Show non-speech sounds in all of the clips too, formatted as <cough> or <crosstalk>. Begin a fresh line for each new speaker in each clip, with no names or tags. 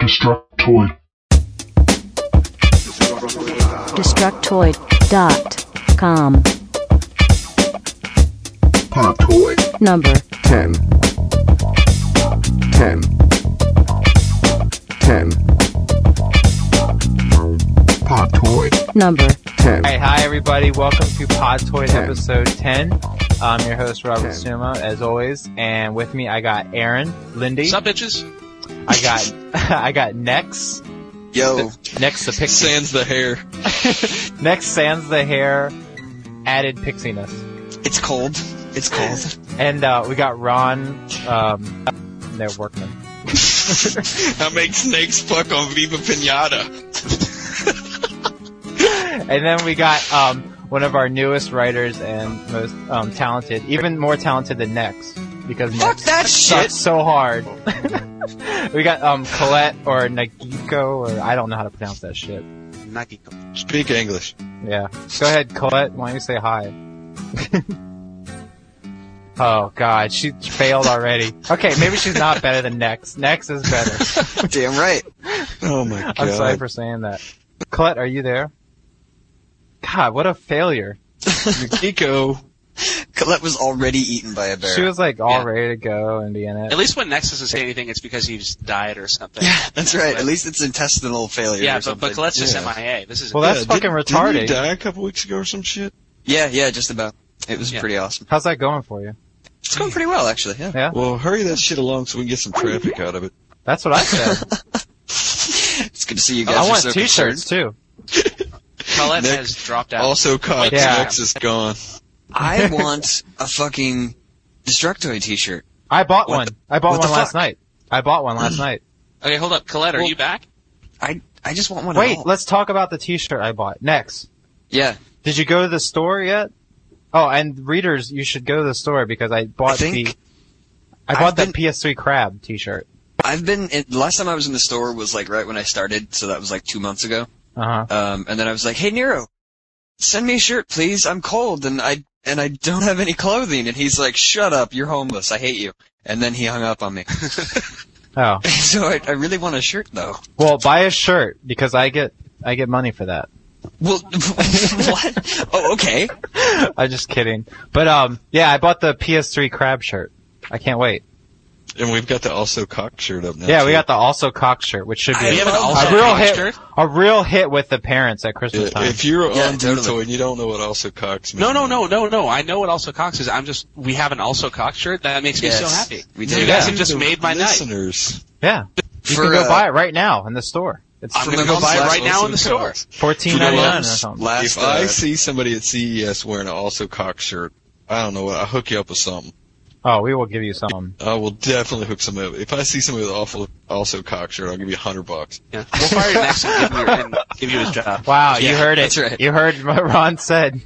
Destructoid.
Destructoid.com.
Pontoid.
Number
10. 10. 10. Pontoid.
number
10.
All right, hi everybody. Welcome to Pod Toys
Ten.
episode 10. I'm your host Robert
Ten.
Sumo, as always, and with me I got Aaron, Lindy,
Sup, bitches?
I got <laughs> I got Nex,
Yo,
Nex the Pixie,
Sans the hair.
Nex Sans the hair, added pixiness,
it's cold. It's cold.
and uh, we got Ron, um, no workman.
<laughs> I make snakes fuck on Viva Pinata.
And then we got um, one of our newest writers and most um, talented, even more talented than Nex, because
Fuck
Nex
that
sucks
shit.
so hard. <laughs> we got um, Colette or Nagiko, or I don't know how to pronounce that shit.
Nagiko.
Speak English.
Yeah. Go ahead, Colette. Why don't you say hi? <laughs> oh God, she failed already. Okay, maybe she's not better than Nex. Nex is better.
Damn right.
Oh <laughs> my god.
I'm sorry for saying that. Colette, are you there? God, what a failure.
Yukiko.
Colette was already eaten by a bear.
She was like all
Yeah.
ready to go and be in it.
At least when Nex doesn't say anything, it's because he's died or something.
yeah, that's right. At
But-
least it's intestinal failure.
yeah,
or
but,
something.
but Colette's just
Yeah.
MIA. This is
Well, that's
Yeah,
fucking
didn't-
retarded.
Didn't he die a couple weeks ago or some shit?
yeah, yeah, just about. It was
Yeah.
pretty awesome.
How's that going for you?
It's going pretty well, actually. Yeah.
Yeah,
Well, hurry that shit along so we can get some traffic out of it.
that's
<laughs>
what I said.
It's good to see you guys.
I
are
want
so
T-shirts
concerned.
too.
Colette
Nex-
has dropped out.
Also, Cox
Yeah.
Nex is gone.
<laughs>
<laughs>
I want a fucking Destructoid T-shirt.
I bought
What
one.
the-
I bought
what
one
the
last
fuck? Hmm.
night. I bought one last night.
okay, hold up, Colette, are
Well-
you back?
I I just want one. at
Wait,
all.
let's talk about the T-shirt I bought next.
yeah.
Did you go to the store yet? Oh, and readers, you should go to the store because I bought
I think
the I bought
I've
that
been-
PS3 crab T-shirt.
I've been. In, last time I was in the store was like right when I started, so that was like two months ago.
Uh huh.
Um, and then I was like, "Hey Nero, send me a shirt, please. I'm cold and I and I don't have any clothing." And he's like, "Shut up, you're homeless. I hate you." And then he hung up on me. <laughs>
Oh,
so I, I really want a shirt though.
well, buy a shirt because I get I get money for that.
Well, <laughs> what? Oh, okay.
I'm just kidding. But um, yeah, I bought the PS3 crab shirt. I can't wait.
And we've got the also Cox shirt up now.
yeah, we
too.
got the also cock shirt, which should be
I
We have an
love
also
a real
Cox
hit,
shirt?
a real hit with the parents at Christmas
Yeah,
time.
If you're
Yeah,
on
totally.
Detoy and you don't know what also Cox means,
No, no, no, no, no. I know what also Cox is. I'm just we have an also Cox shirt that makes
Yes.
me so happy.
We
You
did.
guys
Yeah.
have just made my night.
listeners.
yeah, you
For,
can go
uh,
buy it right now in the store. It's
I'm
my
gonna go
mom's
buy it
last
right now
Also
in the store.
Cox.
fourteen ninety nine or something.
<laughs> Last
if I
uh,
see somebody at CES wearing an also cock shirt, I don't know what I hook you up with something.
Oh, we will give you some.
I will definitely hook somebody up. If I see somebody with awful also cock shirt, I'll give you a hundred bucks.
Yeah. We'll fire Nex and give, you, and <laughs> give you his job.
Wow, you
Yeah,
heard it.
that's right.
You heard what Ron said.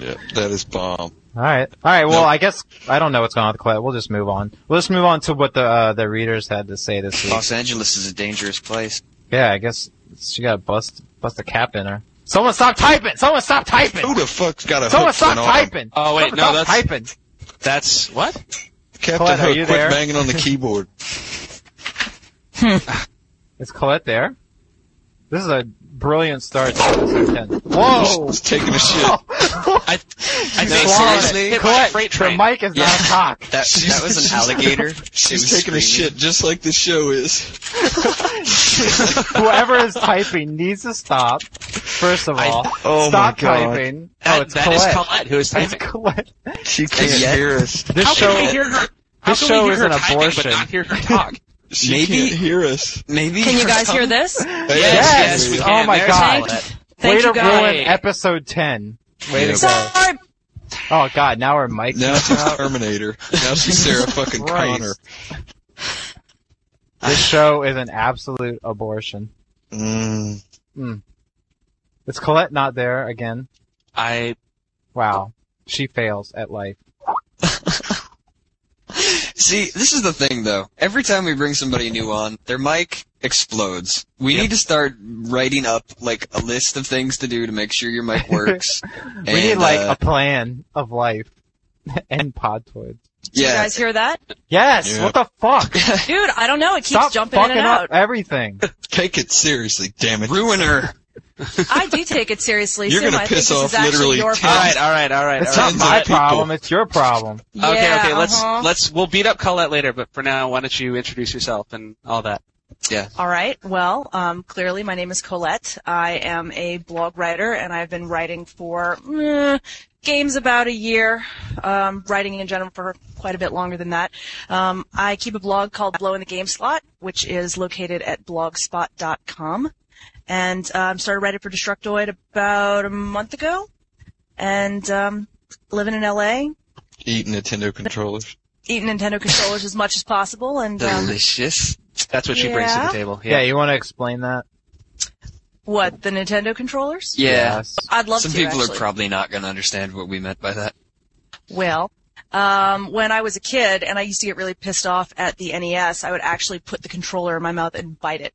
Yeah, that is bomb.
All right, all right. Well,
Nope.
I guess I don't know what's going on with Colette. We'll just move on. We'll just move on to what the uh, the readers had to say this week.
Los Angeles is a dangerous place.
Yeah, I guess she got a bust bust a cap in her. Someone stop typing! Someone stop
Who
typing!
the fuck's got a
Someone
hook
stop
for an arm?
typing!
Oh, wait,
Someone
no,
stop
that's-
typing.
That's what?
Captain
Colette, are
Hook,
you
quit
there?
banging on
<laughs>
the keyboard.
Is Colette there? This is a brilliant start to episode 10. Whoa!
It's taking a
Oh.
shit.
I, I think
Swallowed
Colette hit
it.
by a
Colette,
freight
your
train.
mic is not a cock. <laughs>
That that was an alligator. It
She's
was
taking a shit
screaming.
just like this show is.
Whoever is typing needs to stop. First of
I-
all,
Oh
stop
my God.
typing.
That,
oh, it's
that is
Colette.
Colette who is
It's
typing.
Colette.
She
can't
can't
yet.
hear us.
This
How
show.
can we hear her? How
this
can
show
we
is
hear her
an
typing
abortion.
but not hear her talk?
She
Maybe-
can't hear us.
Maybe.
Can you guys hear
um,
this?
Yes,
yes,
yes, we
oh
can.
my
There's
god.
Colette.
Way
Thank
to
you guys.
ruin episode 10. Way to go.
Sorry.
Oh god, now our mic.
Now she's Terminator. Now she's Sarah fucking
Christ.
Connor.
This show is an absolute abortion.
Mm.
Is Colette not there again?
I
Wow. She fails at life.
See, this is the thing though. Every time we bring somebody new on, their mic explodes. We need to start writing up like a list of things to do to make sure your mic works.
<laughs> We need
And,
like
uh,
a plan of life <laughs> and pod toys.
Did you
Yeah.
guys hear that?
Yes.
Yeah.
What the fuck?
Dude, I don't know. It keeps
Stop
jumping in
fucking
and out.
up everything.
Take it seriously, damn it.
Ruiner.
I do take it seriously.
You're
Sim.
gonna
I think
piss
this
off
is actually
literally
your
ten-
<laughs> All
fault.
right, all right, all right.
It's not
all
Tons
right.
of
my
people.
problem. It's your problem.
Okay,
Yeah,
okay. Let's
uh-huh.
let's we'll beat up Colette later, but for now, why don't you introduce yourself and all that?
All right. Well, um, clearly my name is Colette. I am a blog writer, and I've been writing for eh, games about a year. Um, writing in general for quite a bit longer than that. Um, I keep a blog called Blow in the Game Slot, which is located at blogspot.com, and um, started writing for Destructoid about a month ago, and um, living in LA.
Eat Nintendo controllers.
Eating Nintendo controllers as much as possible, and um,
Delicious.
That's what she brings to
Yeah.
the table.
Yeah. you want to explain that?
what the Nintendo controllers?
Yeah.
Yes.
I'd love
Some
to.
people
actually.
are probably not going to understand what we meant by that.
Well, um, when I was a kid and I used to get really pissed off at the NES, I would actually put the controller in my mouth and bite it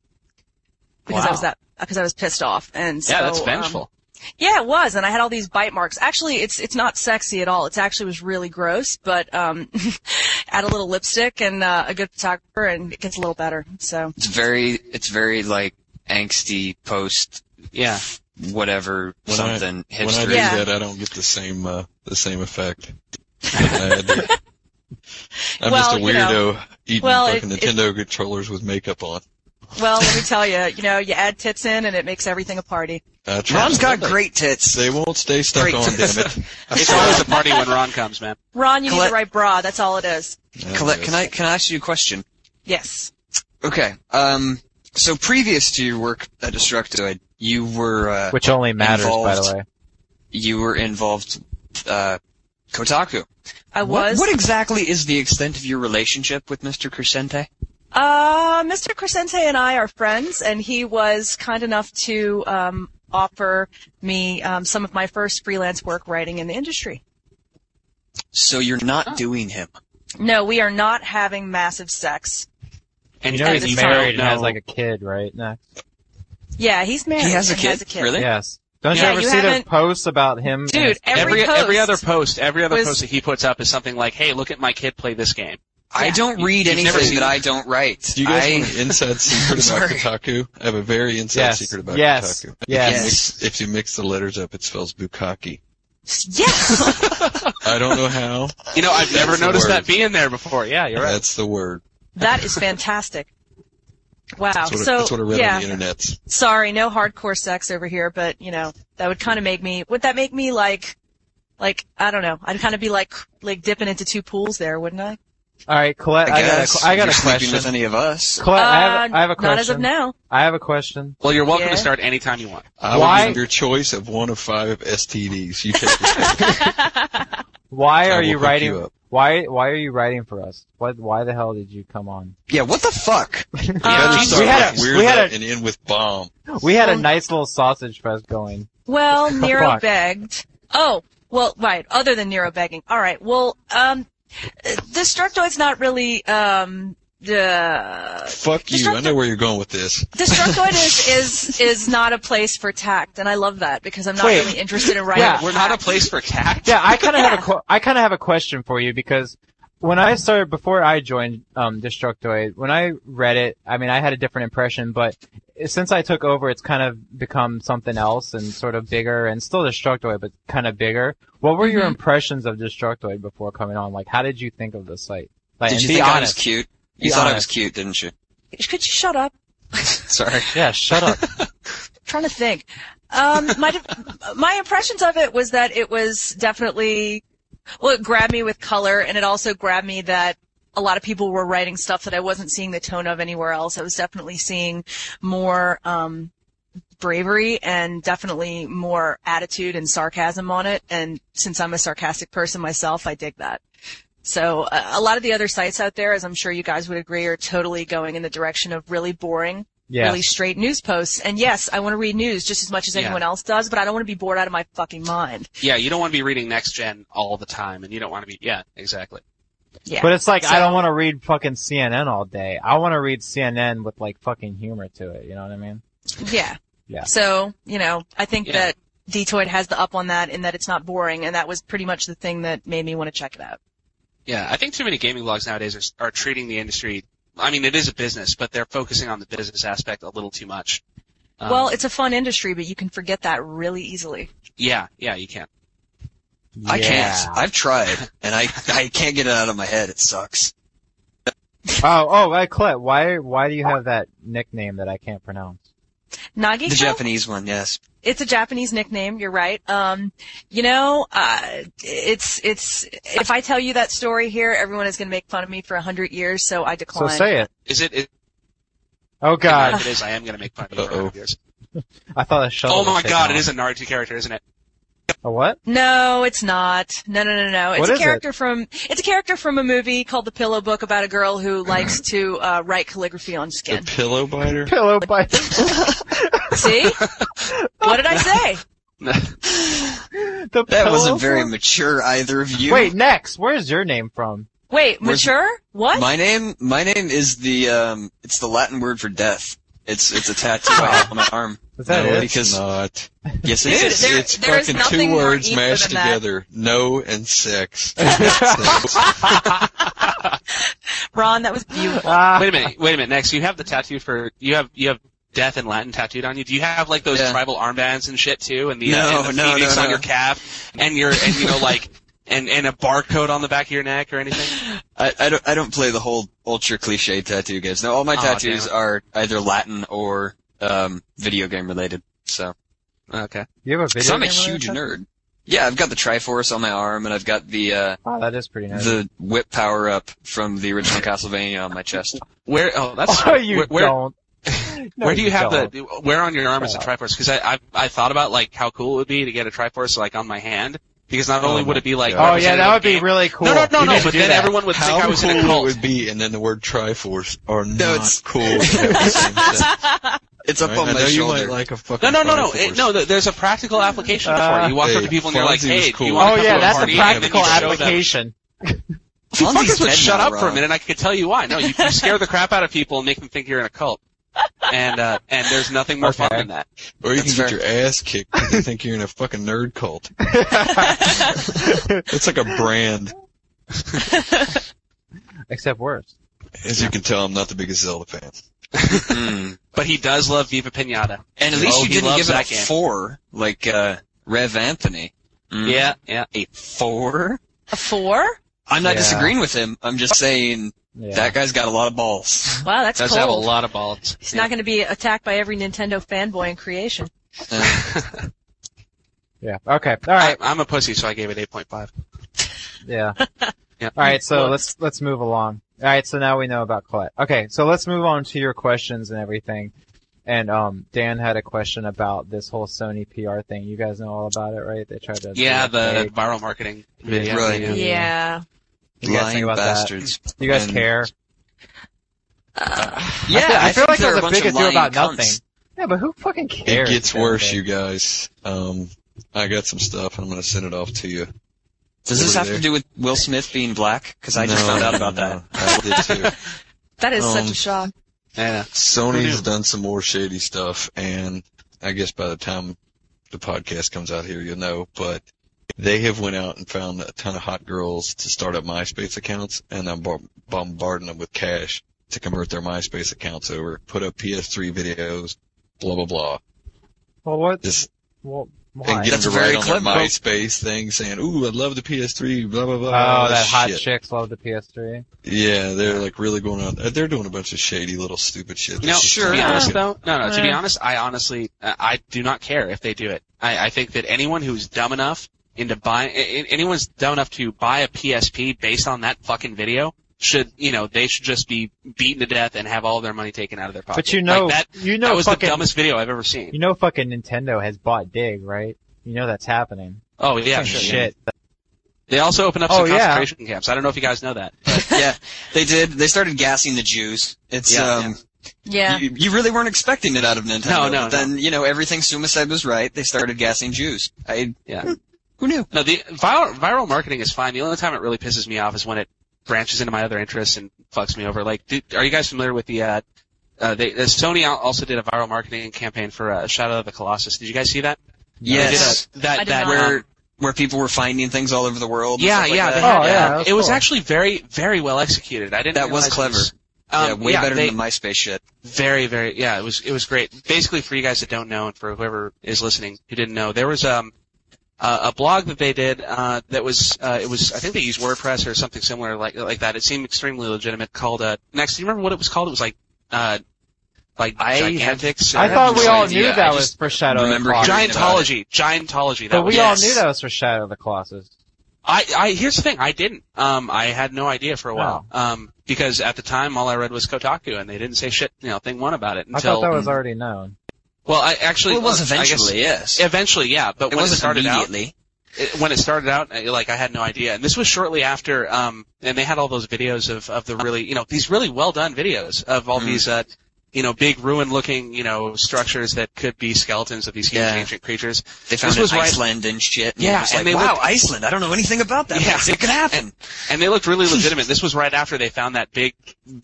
because I was that because I was pissed off. And so,
Yeah, that's
um,
vengeful.
yeah, it was, and I had all these bite marks. Actually, it's it's not sexy at all. It actually was really gross, but um, <laughs> add a little lipstick and uh, a good photographer, and it gets a little better. So
It's very, it's very like angsty post
<laughs> yeah.
whatever
When I-
something
When I
hipster.
do
Yeah.
that, I don't get the same uh, the same effect. I do. I'm
Well,
just a
you know.
weirdo eating
Well, it-
fucking
it-
Nintendo controllers with makeup on.
well, let me tell you, <laughs> you know, you add tits in, and it makes everything a party.
I try.
Ron's got great tits.
They won't stay stuck
Great.
on, damn
<laughs>
it.
It's always a party when Ron comes, man.
Ron, you need
Collect-
the right bra. That's all it is.
Colette, can I can I ask you a question?
Yes.
Okay. Um. So previous to your work at Destructoid, you were uh,
Which only matters, by the
Involved.
way.
you were involved uh, Kotaku.
I
What,
was.
what exactly is the extent of your relationship with Mr. Crescente?
Uh, Mr. Crescente and I are friends, and he was kind enough to um, offer me um, some of my first freelance work writing in the industry.
So you're not
Oh.
doing him.
No, we are not having massive sex.
And
You know he's
at the
don't
married and
know-
has like a kid, right? Next.
Yeah, he's married.
He has a
and
kid?
Has a kid.
Really?
Yes. Don't
Yeah,
you ever
you
see
haven't-
those posts about him? and
Dude,
his-
every
every
post-
every other post, every other
was-
post that he puts up is something like, "Hey, look at my kid play this game."
I
Yeah.
don't read
You've never
anything
seen
that
him.
I don't write.
Do you guys
I-
want an inside
<laughs>
secret about
Sorry.
Kotaku? I have a very inside
Yes.
secret about
Yes.
Kotaku.
Yes.
If you, mix, if you mix the letters up, it spells bukkake.
<laughs> Yes.
I don't know how.
You know, I've never
That's the
noticed
word.
that being there before. Yeah, you're right.
That's the word.
that is fantastic. Wow.
That's what, I-
so
that's what I read
yeah.
on the internet.
Sorry, no hardcore sex over here, but you know that would kind of make me. Would that make me like, like I don't know? I'd kind of be like like dipping into two pools there, wouldn't I?
All right, Colette. I, got
guess
a, I got
you're
a
sleeping
question.
with any of us.
Colette, I, have,
Uh,
I have a question.
Not as of now.
I have a question.
Well, you're welcome
Yeah.
to start anytime you want.
I
Why-
would give your choice of one of five STDs. You take it.
Why
I
are you
will hook you
writing?
up.
why Why are you writing for us? Why Why the hell did you come on?
Yeah, what the fuck?
Um,
Start
We had
with
a-
weird
we had
up
a-
and end with bomb.
We had a
Well-
nice little sausage fest going. <laughs>
Well, Nero
Fuck.
begged. Oh, well, right. Other than Nero begging. All right. Well, um, uh, Destructoid's not really um the
Fuck you. I know where you're going with this.
Destructoid is is is not a place for tact, and I love that because I'm not
Wait.
really interested in writing.
Yeah.
We're not a place for tact.
Yeah, I kind of
<laughs>
have
Yeah.
a que- I kind of have a question for you because when I started before I joined um, Destructoid, when I read it, I mean I had a different impression, but since I took over, it's kind of become something else and sort of bigger and still Destructoid, but kind of bigger. What were
Mm-hmm.
your impressions of Destructoid before coming on? Like, how did you think of the site? Like,
Did
and
you
be
think I was
honest.
cute? You
Be
thought I was
honest.
cute, didn't <laughs> you?
Could you shut up?
Sorry.
Yeah, shut up.
<laughs>
trying to think. Um, my my impressions of it was that it was definitely well, it grabbed me with color, and it also grabbed me that a lot of people were writing stuff that I wasn't seeing the tone of anywhere else. I was definitely seeing more um, bravery and definitely more attitude and sarcasm on it. And since I'm a sarcastic person myself, I dig that. So uh, a lot of the other sites out there, as I'm sure you guys would agree, are totally going in the direction of really boring
Yeah.
really straight news posts. And yes, I want to read news just as much as
Yeah.
anyone else does, but I don't want to be bored out of my fucking mind.
Yeah, you don't want to be reading next gen all the time, and you don't want to be. Yeah, exactly.
Yeah.
But it's like
So-
I don't want to read fucking CNN all day. I want to read CNN with like fucking humor to it. You know what I mean?
yeah.
Yeah.
So, you know, I think
Yeah.
that Detoid has the up on that in that it's not boring, and that was pretty much the thing that made me want to check it out.
Yeah, I think too many gaming blogs nowadays are, are treating the industry. I mean, it is a business, but they're focusing on the business aspect a little too much. Um,
well, it's a fun industry, but you can forget that really easily.
yeah, yeah, you can.
I can't. I've tried, and <laughs> I I can't get it out of my head. It sucks.
Oh, oh, right, Colette, why, why do you have that nickname that I can't pronounce?
Nagi
The Japanese one, yes.
it's a Japanese nickname. You're right. Um, you know, uh, it's it's if I tell you that story here, everyone is going to make fun of me for a hundred years. So I
So
decline.
say it.
Is it? Is,
Oh god,
If it is, I am going to make fun of you for
Uh-oh.
100 years.
I thought a shovel.
Oh my
was taken
god, it
off.
is a Naruto character, isn't it?
a what?
no, it's not. No, no, no, no. It's
What
a
is it?
character from it's a character from a movie called The Pillow Book about a girl who likes to uh, write calligraphy on
The <laughs>
skin.
pillow biter?
Pillow biter.
<laughs> See, what did I say?
The
That
pillow
wasn't very
book?
mature either of you.
Wait, next. Where's your name from?
Wait,
Where's-
mature? What?
My name my name is the um it's the Latin word for death. It's it's a tattoo I have on my arm.
Is that
no,
it?
Because-
it's not.
Yes, it
Dude,
is.
there-
it's
there is
fucking
nothing
two
more
words
evil
mashed
than that.
together. No and sex. So,
Ron, that was beautiful.
Ah,
Wait a minute, wait a minute. Next, you have the tattoo for you have you have death in Latin tattooed on you. Do you have like those
Yeah.
tribal armbands and shit too, and the,
No,
uh, and the
no,
phoenix
no,
on
no.
your calf, and your and you know like and and a barcode on the back of your neck or anything?
I, I don't I don't play the whole ultra cliche tattoo games. No, all my
Aw,
tattoos
damn
are either Latin or um video game related. So
Okay.
you have a
because
video.
I'm a
game related
huge
tattoo?
nerd. Yeah, I've got the Triforce on my arm and I've got the uh
Wow, Oh, that is pretty nice.
the whip power up from the original Castlevania on my chest.
Where? Oh,
<laughs>
that's
oh, you
where, where, <laughs>
don't. No,
where do you have
don't.
the where on your arm is the
Shut
Triforce? Because I, I I thought about like how cool it would be to get a Triforce like on my hand because not only would it be like
Oh yeah, that would be
real.
really cool.
No, no, no,
You
no.
should
But
do
then
that.
everyone would think
how
I was
cool
in a
it
cult.
would be, and then the word Triforce are
it's-
not cool. in every sense.
It's up
Right?
on
I
my
know you
shoulder.
might like a fucking
No, no, no, no.
Triforce.
It, no, th- there's a practical application for
Uh,
it. You walk up
hey,
to people and you're like,
Fonzie was
hey, do you
cool.
want
Oh
to come
yeah,
to a
that's
party?
a
And then you
practical
show them-
application.
Fonzie's
Fuckers would
dead
shut
now,
up for a
Ron.
minute. I could tell you why. No, you,
<laughs>
you scare the crap out of people and make them think you're in a cult. And uh, and there's nothing more fun
Okay.
than that.
Or you
That's
can
fair.
get your ass kicked because you think you're in a fucking nerd cult. It's like a brand.
Except worse.
As you can tell, I'm not the biggest Zelda fan.
Mm.
But he does love Viva Pinata.
And at least
Oh,
you
he
didn't
loves
give it a
that game.
four, like uh, Rev Anthony.
Mm-hmm.
Mm.
Yeah, yeah.
a four.
A four?
I'm not
Yeah.
disagreeing with him. I'm just saying
Yeah.
that guy's got a lot of balls.
Wow, that's
Does
cold.
have a lot of balls.
He's not going to be attacked by every Nintendo fanboy in creation.
yeah. Okay. All
I,
right.
I'm a pussy, so I gave it 8.5.
Yeah.
<laughs> Yeah.
All right, so
Well,
let's let's move along. All right, so now we know about Colette. Okay, so let's move on to your questions and everything. And um, Dan had a question about this whole Sony PR thing. You guys know all about it, right? They tried to
Yeah,
do a
the
fake-
viral marketing video.
Right.
Yeah.
Yeah.
You guys think
Lying
about
bastards.
that? Do you guys
And-
care?
Yeah,
I, feel
think
like
they're
there's
a
a
bunch
big
of
ado
lying
about
cunts.
nothing. Yeah, but who fucking
It
cares?
gets worse,
Okay.
you guys. Um, I got some stuff. I'm gonna send it off to you.
Does this
Over
have
there.
to do with Will Smith being black? Because I just
No,
found out
no,
about that.
no. I did too.
<laughs>
That is such
Um,
a shock.
Yeah. Who
Sony's
knew?
done some more shady stuff, and I guess by the time the podcast comes out here, you'll know. But they have went out and found a ton of hot girls to start up MySpace accounts, and I'm bar- bombarding them with cash to convert their MySpace accounts over, put up PS3 videos, blah blah blah.
Well, what?
Just
well, why?
and get
That's
them to write
very
on their
clever.
MySpace thing saying, "Ooh, I love the PS3," blah blah blah. all
oh, that hot
shit.
chicks love the PS3.
Yeah, they're like really going out. They're doing a bunch of shady little stupid shit.
No,
That's just
To be
not
honest,
good.
though, no, no. To be
Yeah.
honest, I honestly, uh, I do not care if they do it. I, I think that anyone who's dumb enough into buying, anyone's dumb enough to buy a PSP based on that fucking video should, you know, they should just be beaten to death and have all their money taken out of their pocket.
But you know,
like that,
you know,
that was
fucking,
the dumbest video I've ever seen.
you know, fucking Nintendo has bought Dig, right? You know that's happening.
Oh yeah, sure.
Shit.
They also opened up
Oh,
some
yeah.
concentration camps. I don't know if you guys know that. <laughs>
yeah, they did. They started gassing the Jews. It's
Yeah,
um,
Yeah.
You, you really weren't expecting it out of Nintendo.
No, no,
but
no.
Then you know everything Suicide was right. They started gassing Jews. I
Yeah.
who knew?
No, the viral, viral marketing is fine. The only time it really pisses me off is when it branches into my other interests and fucks me over. Like, do, are you guys familiar with the? Uh, uh, they, uh, Sony al- also did a viral marketing campaign for uh, Shadow of the Colossus. Did you guys see that? They did
Yes.
a- that
I did
that
not.
where
Where where people were finding things all over the world. and
Yeah,
stuff like
yeah,
that?
they had
Oh,
that.
yeah, that was
it was
cool.
actually very, very well executed. I didn't.
That was
realize it
clever.
um,
yeah, way better
they-
than the MySpace shit.
Very, very, yeah, it was, it was great. Basically, for you guys that don't know and for whoever is listening who didn't know, there was, um, a a blog that they did, uh, that was, uh, it was, I think they used WordPress or something similar like, like that. It seemed extremely legitimate called, uh, next, do you remember what it was called? It was like, uh, like
I have-
Gigantics.
I
or
thought we
something.
all
idea.
knew
I
that was
just
for Shadow of the
remember
Colossus.
hearing about
Giantology, Giantology. That
But
was,
we
Yes.
all knew that was for Shadow of the Colossus.
I, I here's the thing, I didn't. Um, I had no idea for a while. Um, because at the time, all I read was Kotaku, and they didn't say shit, you know, thing one about it
I
until. mm.
thought that was already known.
well, I actually.
Well, it was
I guess-
eventually, yes.
eventually, yeah. But
it
when it
wasn't
started out,
immediately.
it, when it started out, I- like I had no idea. And this was shortly after, um, and they had all those videos of of the really, you know, these really well done videos of all
Mm.
these, uh, you know, big ruin looking, you know, structures that could be skeletons of these huge
Yeah.
ancient creatures.
They found
was
it in
right-
Iceland and shit. And
Yeah,
it was
and
like,
they
wow,
looked-
Iceland. I don't know anything about that.
Yeah.
place. it could happen.
And they looked really legitimate. This was right after they found that big.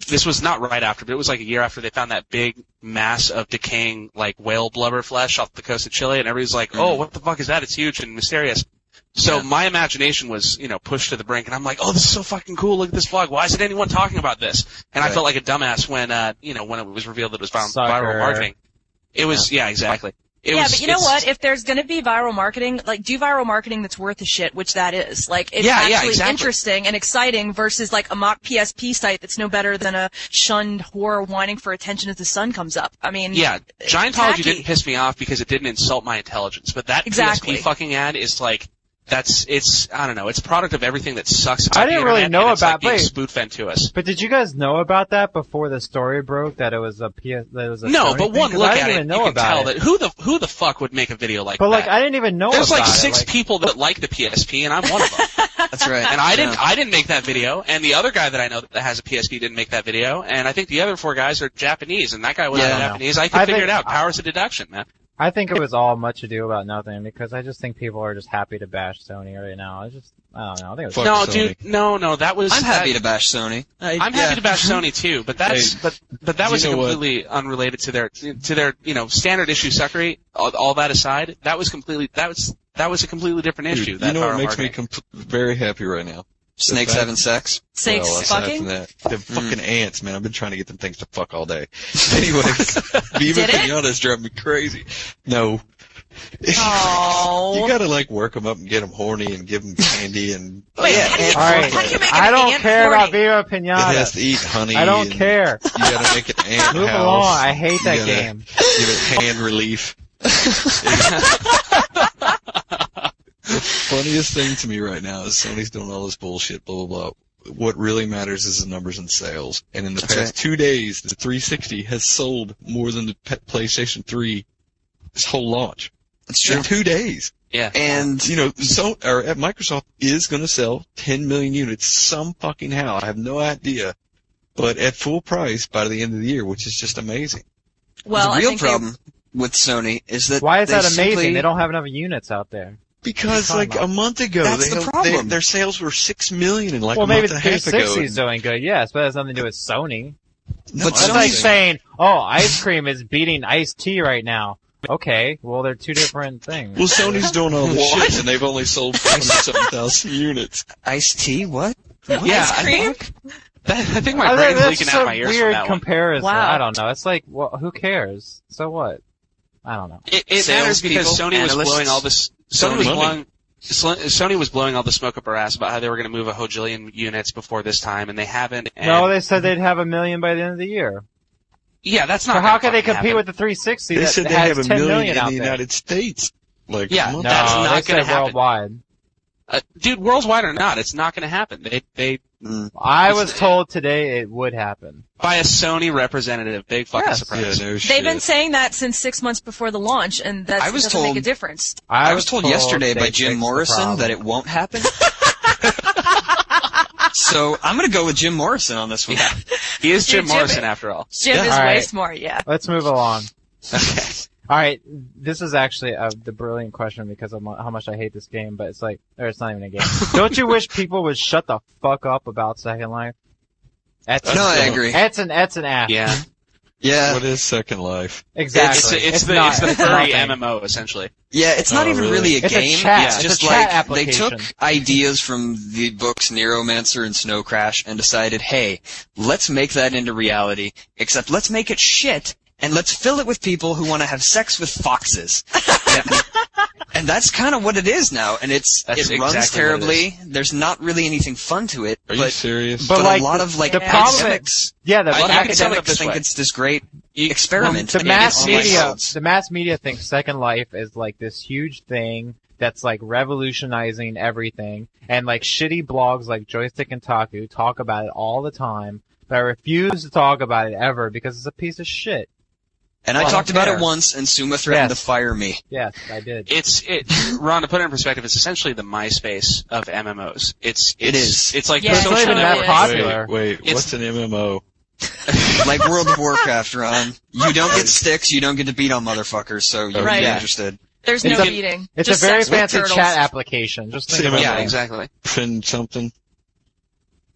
This was not right after, but it was like a year after they found that big mass of decaying like whale blubber flesh off the coast of Chile, and everybody's like,
Mm-hmm.
"Oh, what the fuck is that? It's huge and mysterious." So my imagination was, you know, pushed to the brink, and I'm like, "Oh, this is so fucking cool! Look at this vlog. Why isn't anyone talking about this?" And I
Right.
felt like a dumbass when, uh, you know, when it was revealed that it was viral,
Sucker.
viral marketing. It was, yeah, exactly. It
yeah,
was,
but you know
it's-
what? If there's going to be viral marketing, like do viral marketing that's worth a shit, which that is. Like it's
Yeah, yeah,
actually
exactly.
interesting and exciting versus like a mock PSP site that's no better than a shunned whore whining for attention as the sun comes up. I mean,
Yeah, Giantology
tacky.
didn't piss me off because it didn't insult my intelligence, but that
Exactly.
PSP fucking ad is like that's it's I don't know, it's a product of everything that sucks.
I
about the
didn't really
internet,
know
and it's
about-
like being
wait.
spoon fed to us.
But did you guys know about that before the story broke that it was a PS? That it was a
No,
Sony thing?
but one
'Cause
look
I didn't
at it,
even know
you can
about
tell
it.
that who the who the fuck would make a video like
But like,
that?
I didn't even know
There's
about
like six
it.
people that like the PSP, and I'm one of them.
That's right.
and I didn't
Yeah.
I didn't make that video, and the other guy that I know that has a PSP didn't make that video, and I think the other four guys are Japanese, and that guy wasn't
Yeah, I know.
Japanese. I could
I
figure
think-
it out. Powers of deduction, man.
I think it was all much ado about nothing because I just think people are just happy to bash Sony right now. I just, I don't know. I think it was
Fuck
no,
Sony.
dude, no, no, that was
I'm happy
that-
to bash Sony. I,
I'm happy to bash
Mm-hmm.
Sony too, but that's
Hey,
but but that
you
was
know what?
completely unrelated to their to their you know standard issue suckery. All, all that aside, that was completely that was that was a completely different issue.
Dude, you
that
know what
viral
makes me
marketing.
comp- very happy right now?
Snakes
That's-
having sex.
Sakes
Well, aside
fucking.
from that, the fucking ants, man. I've been trying to get them things to fuck all day. <laughs> Anyways, Viva
Did it?
Pinata's driving me crazy. No.
<laughs> Oh.
<laughs> you gotta like work them up and get them horny and give them candy and
Wait, how do you,
All right.
how do you make
I
an
don't
ant
care
horny?
about Viva
it has
Pinata.
to eat honey.
I don't
and
care.
You gotta make an ant
Move
house.
along. I hate
You
that
gotta
game.
Give it hand
<laughs>
relief. Funniest thing to me right now is Sony's doing all this bullshit, blah blah blah. What really matters is the numbers and sales. And in the
That's
past
right.
two days, the 360 has sold more than the pe- PlayStation 3 this whole launch.
It's
In two days.
yeah.
And
You know, so or uh, Microsoft is going to sell 10 million units some fucking how. I have no idea, but at full price by the end of the year, which is just amazing.
Well,
the
I
real
think they- <laughs>
problem with Sony is that
Why is
they
that amazing?
simply-
They don't have enough units out there.
Because
Fine,
like
Mom.
a month ago,
That's
they
the
held-
problem.
they- their sales were six million, and like
well,
a month
maybe
and
the
a half ago.
360 is doing good, yes, but it has nothing to do with Sony.
No,
But
I
It's
don't
like
think-
saying, oh, ice cream is beating iced tea right now. Okay, well, they're two different things.
well, Sony's doing
<laughs>
all this shit, and they've only sold seven thousand units.
Iced tea? What?
yeah,
Ice
I
cream?
think, that, I think my
I think
brain's
that's
leaking
just
out
a
of my ears from
weird
that one.
comparison.
Wow.
I don't know. It's like, well, who cares? So what? I don't know.
It, it matters because
salespeople,
Sony was
analysts,
blowing all this. Sony
Sony
was
money.
blowing. Sl- Sony was blowing all the smoke up our ass about how they were going to move a hojillion units before this time, and they haven't. And
no, they said they'd have a million by the end of the year.
yeah, that's not.
So how
gonna
can they
fucking
compete
happen.
with the 360
They
that
said they
has
have a
10
million,
million
in
out
the
there?
United States. Like
Yeah,
a month
no,
That's
ago.
not
they said
gonna happen.
worldwide.
uh, dude, worldwide or not, it's not going to happen. They they
I was told today it would happen.
by a Sony representative. Big fucking
Yes.
surprise.
yeah, no shit.
They've been saying that since six months before the launch, and that
I was
doesn't make a
told-
difference.
I, was told, yesterday
they
by Jim
fixed the
Morrison
problem.
that it won't happen. so I'm gonna go with Jim Morrison on this one.
Yeah. He is
Dude,
Jim
Jim-
Morrison after all.
Jim is
All right.
way smart, yeah.
Let's move along. All right, this is actually uh, the brilliant question because of mo- how much I hate this game, but it's like, or it's not even a
<laughs>
game. Don't you wish people would shut the fuck up about Second Life? That's
No, I agree.
That's an that's an ass.
Yeah.
Yeah.
What is Second Life?
It's,
Exactly.
it's, the
not-
it's the furry
nothing.
MMO essentially.
Yeah, it's not
Oh,
even
really?
really, a
It's a
game.
chat-
It's
it's
just
a chat
like they took
application.
ideas from the books Neuromancer and Snow Crash and decided, hey, let's make that into reality, except let's make it shit and let's fill it with people who want to have sex with foxes. and, and that's kind of what it is now, and it's
That's
it runs
exactly what it
terribly. There's not really anything fun to it,
Are you
but,
serious?
but,
But, like,
a lot of like
the problem-
academics,
Yeah, the
I-
a lot of
you can sum it up
academics
this
think
way.
it's this great
You-
experiment.
the
in
mass
online
media
worlds.
the mass media thinks second life is like this huge thing that's like revolutionizing everything and like shitty blogs like joystick and taku talk about it all the time but i refuse to talk about it ever because it's a piece of shit
And I
Well,
talked
that's
about it
fair.
once, and Suma threatened
Yes.
to fire me.
yes i did
It's it, Ron. To put it in perspective, it's essentially the MySpace of MMOs. It's, it's
It is.
It's like
Yeah,
the
it's
social
not even that
network.
popular.
Wait, wait
It's-
what's an MMO?
like World
<laughs>
of Warcraft, Ron. You don't get sticks, you don't get to beat on motherfuckers, so you're not
Right.
Yeah.
interested.
There's
It's
no
a-
beating.
it's
Just
a very
sex with
fancy
turtles.
chat application just think about
Yeah,
it.
exactly.
Fin something?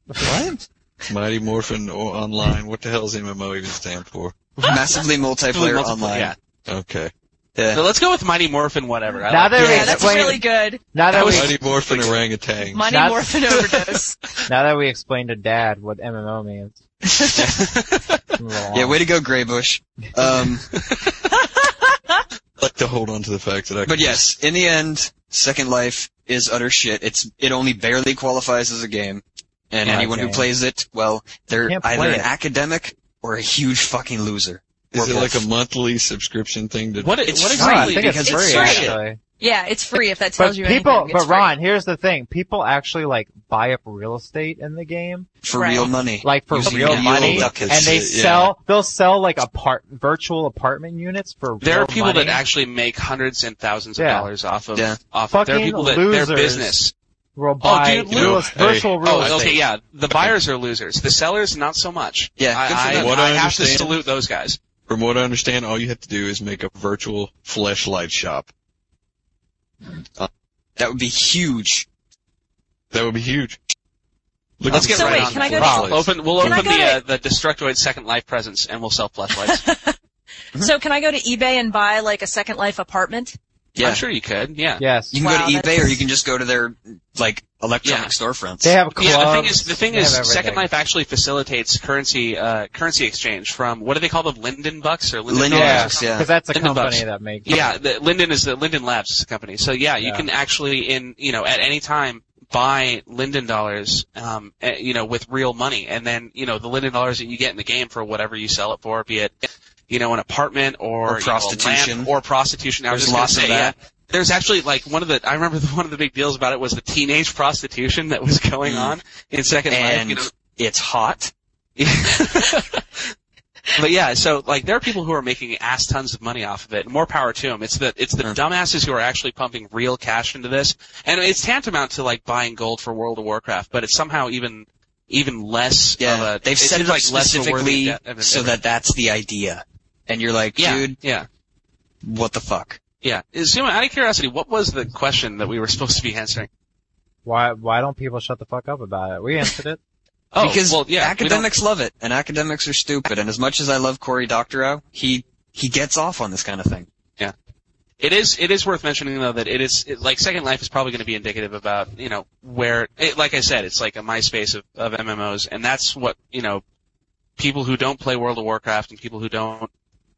what
Mighty Morphin or Online? What the hell does MMO even stand for?
<laughs>
Massively multiplayer
Multiple-
online.
Yeah.
Okay.
Yeah.
But let's go with Mighty Morphin, whatever. I
Now
like
that
Yeah,
we
Yeah, that's
explained-
really good.
now that
That
we
was-
Mighty Morphin Orangutan.
Money
That's-
morphin overdose.
now that we explained to Dad what MMO means. Move along.
<laughs> Yeah, way to go, Greybush.
<laughs>
Um,
I like to hold on to the fact that I.
but yes, in the end, Second Life is utter shit. It's it only barely qualifies as a game, and
Yeah,
anyone who
okay.
plays it, well, they're
Can't
either
play
an
it.
academic or a huge fucking loser.
Is it
Or
like a
both.
monthly subscription thing? To,
What,
It's
what
free,
No, I
exactly?
think it's,
because
free,
it's free.
actually.
Yeah, it's free if that
But
tells you
people,
anything. It's
but
free.
Ron, here's the thing: people actually like buy up real estate in the game,
for
Right.
real money?
like for
Using
real
real
money,
ducats,
and they
yeah.
sell. They'll sell like apart virtual apartment units for.
There
real
are people
money.
that actually make hundreds and thousands of
Yeah.
dollars off of
Yeah.
off. Of, there are
Fucking
people that
losers.
their business.
will buy
Oh, dude,
real,
Lou-
virtual real
Oh,
estate.
okay, yeah. The buyers are losers. The sellers, not so much.
Yeah, good for
I, I,
them.
What I
I have to
understand-
salute those guys.
from what I understand, all you have to do is make a virtual fleshlight shop.
That would be huge.
That would be huge. Look
Let's
at
get
the
So
right
wait,
on
can I
that.
go
fleshlights.
Open, we'll
Can I
open
go
the
to-
uh, the Destructoid Second Life presence, and we'll sell flashlights.
<laughs> So can I go to eBay and buy like a Second Life apartment?
Yeah.
I'm sure you could. Yeah.
Yes,
You can
Wow,
go to eBay
that's-
or you can just go to their like electronic
Yeah.
storefronts.
they have clubs.
Yeah, the thing is, the thing
they have
is, Second
everything.
Life actually facilitates currency, uh, currency exchange from what do they call them, Linden bucks or Linden?
Linden
dollars or
Yeah,
Bucks,
something?
yeah.
because that's a
In the
company
box.
that makes.
Yeah, the, Linden is the Linden Labs is the company. So yeah, you
Yeah.
can actually in you know at any time buy Linden dollars, um, eh, you know with real money, and then you know the Linden dollars that you get in the game for whatever you sell it for, be it you know an apartment or, you know, a
prostitution.
lamp or prostitution. I was
There's
just gonna
lots of
say,
that.
yeah. There's actually like one of the I remember one of the <laughs> big deals about it was the teenage prostitution that was going
Mm.
on in Second
and
Life.
it's hot.
You know? <laughs> but yeah, so like there are people who are making ass tons of money off of it. More power to them. It's the it's the
Mm.
dumbasses who are actually pumping real cash into this, and it's tantamount to like buying gold for World of Warcraft, but it's somehow even even less. of
Yeah,
a,
they've
it
set
seems
it up
like less of a worthy
specifically
de- of an
so
endeavor.
that that's the idea. And you're like,
yeah,
dude,
yeah,
what the fuck?
yeah. Is- you know, out of curiosity, what was the question that we were supposed to be answering?
Why? Why don't people shut the fuck up about it? We answered
<laughs>
it.
Oh,
because
well, yeah, we don't-
academics love it, and academics are stupid. And as much as I love Cory Doctorow, he he gets off on this kind of thing.
It is it is worth mentioning though that it is it, like Second Life is probably going to be indicative about you know where it, like I said it's like a MySpace of, of MMOs and that's what you know people who don't play World of Warcraft and people who don't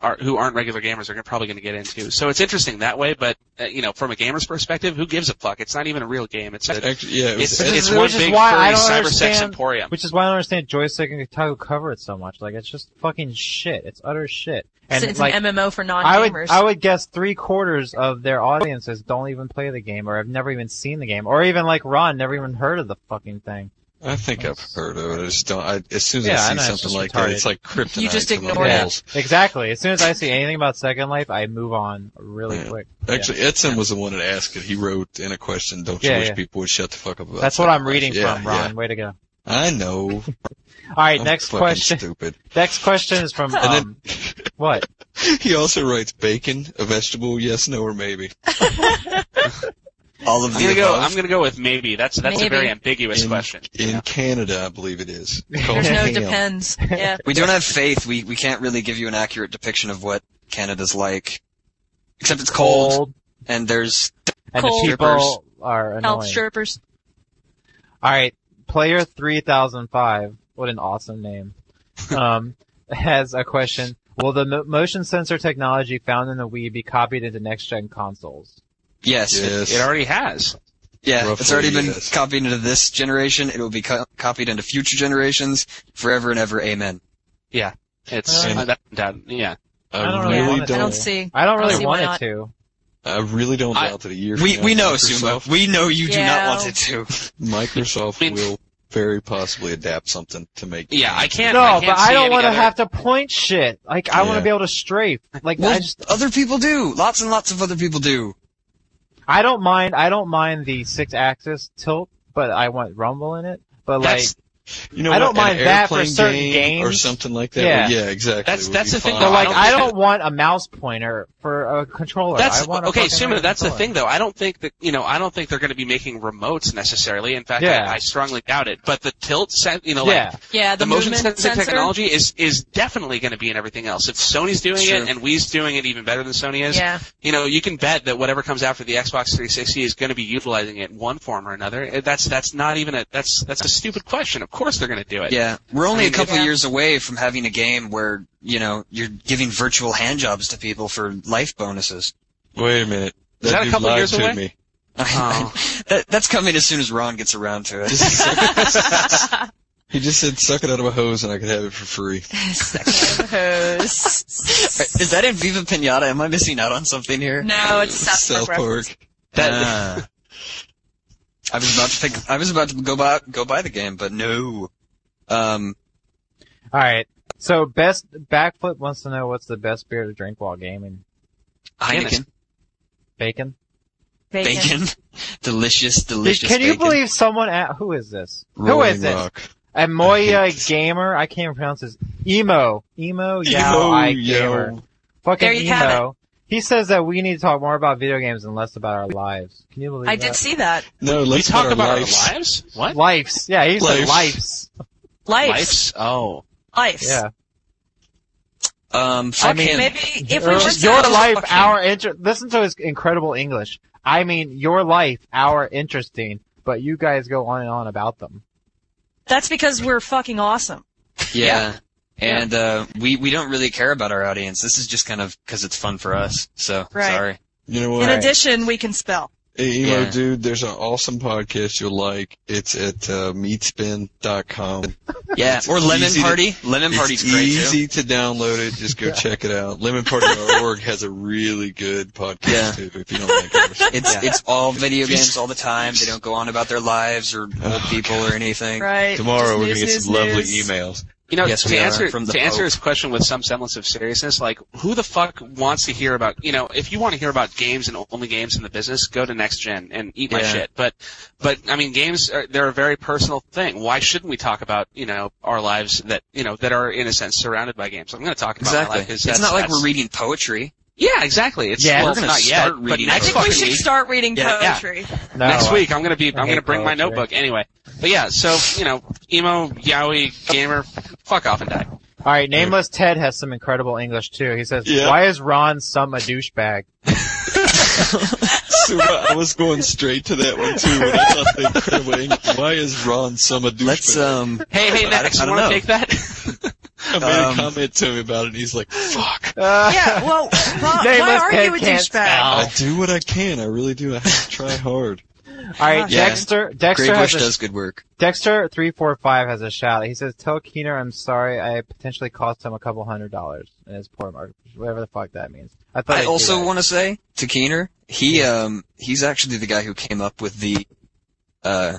are who aren't regular gamers are gonna, probably going to get into so it's interesting that way but uh, you know from a gamer's perspective who gives a fuck it's not even a real game it's a,
Actually, yeah, it was-
it's
Which
it's
is-
one
which is
big
why I
furry
don't
cyber sex
understand-
emporium
Which is why I don't understand Joystick and Kotaku cover it so much. Like it's just fucking shit. It's utter shit. And
So it's
like
an MMO for
I
non-gamers.
would I would guess three quarters of their audiences don't even play the game or have never even seen the game or even like Ron never even heard of the fucking thing.
I think I've heard of it. I just don't. I, as soon as
Yeah, I
I see
know, it's
something
just
like
retarded.
that, it's like kryptonite.
You just
to my
ignore it.
balls.
Exactly. As soon as I see anything about Second Life, I move on really
Yeah.
quick.
Actually, Edson was the one that asked it. He wrote in a question, "Don't you
Yeah,
wish
yeah.
people would shut the fuck up about?"
That's what I'm reading
Yeah,
from, Ron. Way to go.
Yeah. I know.
All right,
I'm
next
fucking
question.
Stupid.
Next question is from
And
um, what?
He also writes bacon, a vegetable, yes, no, or maybe.
All of
I'm
the
gonna go.
above.
I'm gonna go with maybe. That's that's a very
Maybe.
ambiguous
In-
question.
In Canada, I believe it is. called
There's no
<laughs>
ham.
depends. Yeah.
we don't have faith. We we can't really give you an accurate depiction of what Canada's like, except it's cold, and there's
and
Cold.
the people are
Health
annoying.
strippers.
All right, player three thousand five. What an awesome name. Um, <laughs> has a question. Will the mo- motion sensor technology found in the Wii be copied into next gen consoles?
yes,
Yes.
It already has.
yeah, it's
Roughly,
already been
yes.
copied into this generation. It will be co- copied into future generations forever and ever. Amen.
It's
Uh,
uh, that, that, yeah.
I,
I don't
really
really want
I
it.
don't. I,
don't see.
I don't really
see why
want it
not.
to.
really don't
I-
doubt that a year.
We
from
we
now,
know, Suma.
Microsoft,
We know you do not
Yeah.
want it to.
I
Microsoft
mean-
will very possibly adapt something to make.
Yeah, I can't.
no,
I can't
but I
see
don't
any
want to
other-
have to point shit. Like I want
Yeah.
to be able to strafe. Like
Well,
I just
other people do. Lots and lots of other people do.
I don't mind. I don't mind the six axis tilt, but I want rumble in it. But like
That's
You know,
I don't
what,
mind
an
that for
airplane
certain
game or
games.
something like that.
Yeah.
Yeah, exactly.
That's-
would
that's
be
the thing,
fine.
But
No,
like,
I don't
I
think
don't want a mouse pointer for a controller.
That's
I want a
okay,
fucking
Simon.
regular
That's the
controller.
thing, though. I don't think that you know. I don't think they're going to be making remotes necessarily. In fact,
Yeah.
I, I strongly doubt it. But the tilt, sen- you know,
Yeah,
like
Yeah,
the,
the,
motion
movement
sensing
<laughs>
technology is is definitely going to be in everything else. If Sony's doing
Sure.
it and Wii's doing it even better than Sony is,
Yeah.
you know, you can bet that whatever comes after the Xbox 360 is going to be utilizing it in one form or another. Eh, That's that's not even a that's that's a stupid question. Of course they're going to do it.
Yeah, we're only
I
a
mean,
couple
yeah.
years away from having a game where you know you're giving virtual hand jobs to people for life bonuses. <laughs>
Wait a minute.
Is that a
dude
couple
lied
years
to
away? <laughs>
me. <laughs>
Oh.
that, that's coming as soon as Ron gets around to it.
He just said, "Suck it out of a hose, and I could have it for free."
Hose.
Is that in Viva Pinata? Am I missing out on something here?
no, it's South
South
Park. reference.
Park.
That- <laughs> I was about to pick. I was about to go buy go buy the game, but no. Um,
All right. So best backflip wants to know what's the best beer to drink while gaming.
Heineken
Guinness.
Bacon.
Bacon.
bacon, <laughs> delicious, delicious.
Can you
bacon.
believe someone at who is this? who
Rolling
is this?
Rock. I hate
Amoya
this.
Gamer. I can't even pronounce his emo emo
Yo,
yao I
yo.
gamer. Fucking
There you
emo.
have
He says that we need to talk more about video games and less about our lives. Can you believe
I
that?
did see that.
No, let's
we talk about our
lives.
lives. What
lives. Yeah, he said
Lives.
lives.
Life.
lives? Oh,
Life.
Yeah.
Um, fuck
I mean-
him.
Maybe if we
Your-
just
your
said-
life, our inter- listen to his incredible English. I mean, your life, our interesting, but you guys go on and on about them.
That's because we're fucking awesome.
Yeah. And uh, we we don't really care about our audience. This is just kind of because it's fun for us. So
Right.
sorry.
You know
In
what?
Right.
addition, we can spell.
Hey, emo
Yeah.
dude, there's an awesome podcast you'll like. It's at uh, meatspin.com.
Yeah.
It's
or Lemon
easy to-
Party. Lemon Party's
It's
great too.
easy to download it. Just go check it out. Lemonparty.org has a really good podcast
Yeah.
too. If you don't like ours,
It's
Yeah.
it's all video games all the time. They don't go on about their lives or old people or anything.
Right.
tomorrow
Just
we're gonna
news,
get
news,
some lovely
news.
emails.
you know,
Yes,
to
we are,
answer
from the
to answer
Pope.
his question with some semblance of seriousness, like who the fuck wants to hear about? You know, if you want to hear about games and only games in the business, go to Next Gen and eat my
Yeah.
shit. But, but I mean, games are, they're a very personal thing. Why shouldn't we talk about you know our lives that you know that are in a sense surrounded by games? I'm going to talk about my
Exactly.
life. 'cause
It's
that's-
not like
that's-
we're reading poetry.
Yeah, exactly. It's
Yeah,
well,
we're
it's
gonna
not
start
yet, but
reading
I
next
think we
fucking
should
week,
start reading
Yeah, yeah.
poetry.
No,
next
uh,
week I'm gonna be I'm
hate
gonna bring my
poetry.
notebook anyway. But yeah, so you know, emo, yaoi, gamer, fuck off and die.
All right, nameless Ted has some incredible English too. He says,
Yeah.
"Why is Ron some a
<laughs>
douchebag?"
So uh, I was going straight to that one too. When I thought the incredible English- Why is Ron some a douchebag?
Let's um.
Hey, hey,
I
next,
don't
you want
know.
to take that?
I made
um,
a comment to him about it, and he's like, "Fuck,
Yeah, well,
<laughs>
why,
They
why
must
are
have
you a
can't
douchebag?
I do what I can. I really do. I have to try hard."
All right,
Yeah.
Dexter. Dexter
Great
has
Bush
a,
does good work.
Dexter three four five has a shout. He says, "Tell Keener I'm sorry. I potentially cost him a couple hundred dollars in his poor market, whatever the fuck that means." I thought I'd
I
do
also
that.
want to say to Keener, he um he's actually the guy who came up with the uh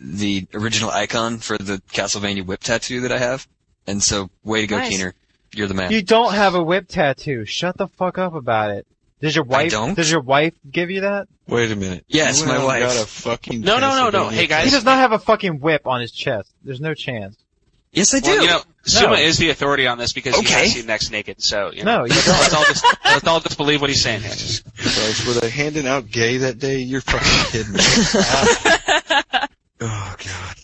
the original icon for the Castlevania whip tattoo that I have. And so way to go,
Nice.
Keener. You're the man.
You don't have a whip tattoo. Shut the fuck up about it. Does your wife?
don't?
Does your wife give you that?
Wait a minute.
Yes,
You
my
went out and
wife.
Got a fucking
No, no, no, no.
Castlevania
Hey, guys.
He does not have a fucking whip on his chest. There's no chance.
Yes, <laughs> I do.
Well, you know, Suma
No.
is the authority on this because he
Okay.
has seen Next Naked. So you know,
No, you
let's all just let's all just believe what he's saying here.
Christ, were they handing out gay that day? You're fucking kidding me. oh god.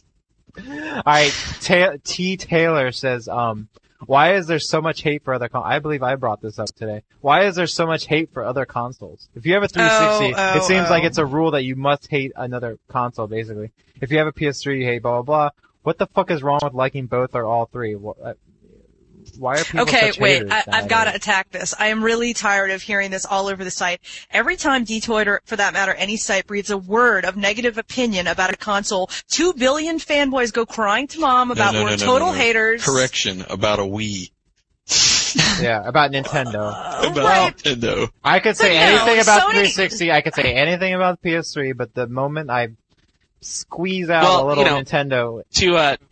All right, Ta- T. Taylor says, um, why is there so much hate for other con- I believe I brought this up today. Why is there so much hate for other consoles? If you have a 360,
Oh,
it
oh,
seems
oh.
like it's a rule that you must hate another console, basically. If you have a PS3, you hate blah, blah, blah. What the fuck is wrong with liking both or all three? Wh- uh, Why are people
Okay,
such
wait.
haters
I, I've got to
nowadays?
attack this. I am really tired of hearing this all over the site. Every time Detoid, or for that matter, any site breathes a word of negative opinion about a console, two billion fanboys go crying to mom about
no, no,
we're
no, no,
total
no.
haters.
Correction about a Wii.
<laughs> Yeah, about Nintendo.
Uh,
About
right.
Nintendo.
I could say
But no,
anything about
Sony-
360, I could say anything about PS3, but the moment I squeeze out
Well,
a
you
little
know,
Nintendo,
To uh, you know, to T.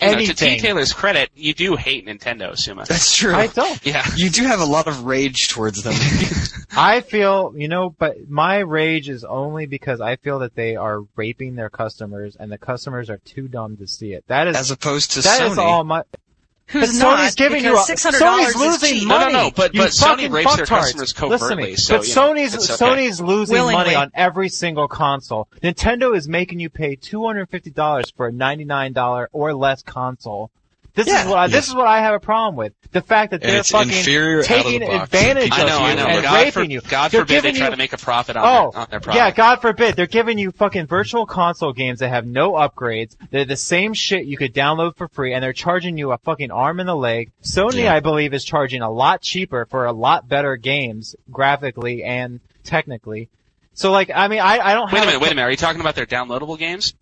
Anything.
Taylor's credit, you do hate Nintendo, Suma.
That's true.
I don't.
Yeah.
<laughs> you do have a lot of rage
<laughs>
towards them.
I feel, you know, but my rage is only because I feel that they are raping their customers and the customers are too dumb to see it. That
as
is,
opposed to
that
Sony.
is all my,
Who's
but Sony's
not?
giving you
because
a,
$600
Sony's
is
losing
cheap.
money.
No, no, no, but-
you
but Sony
fucking
rapes their
fucktards.
customers
Listen to me.
covertly, so,
but
you know,
Sony's
it's okay.
Sony's losing
Willingly.
money on every single console. Nintendo is making you pay two hundred fifty dollars for a ninety nine dollar or less console. This
Yeah.
is what I, this is what I have a problem with. The fact that
And
they're
it's
fucking
inferior out of the
taking
box.
advantage
I
of
know,
you
I know.
and
but God,
raping
for,
you.
God
They're
forbid they
giving
try
you-
to make a profit on,
Oh,
their, on their
yeah,
product.
God forbid. They're giving you fucking virtual console games that have no upgrades. They're the same shit you could download for free and they're charging you a fucking arm and a leg. Sony,
Yeah.
I believe, is charging a lot cheaper for a lot better games graphically and technically. So like, I mean, I, I don't
Wait
have,
a minute, wait a minute. Are you talking about their downloadable games?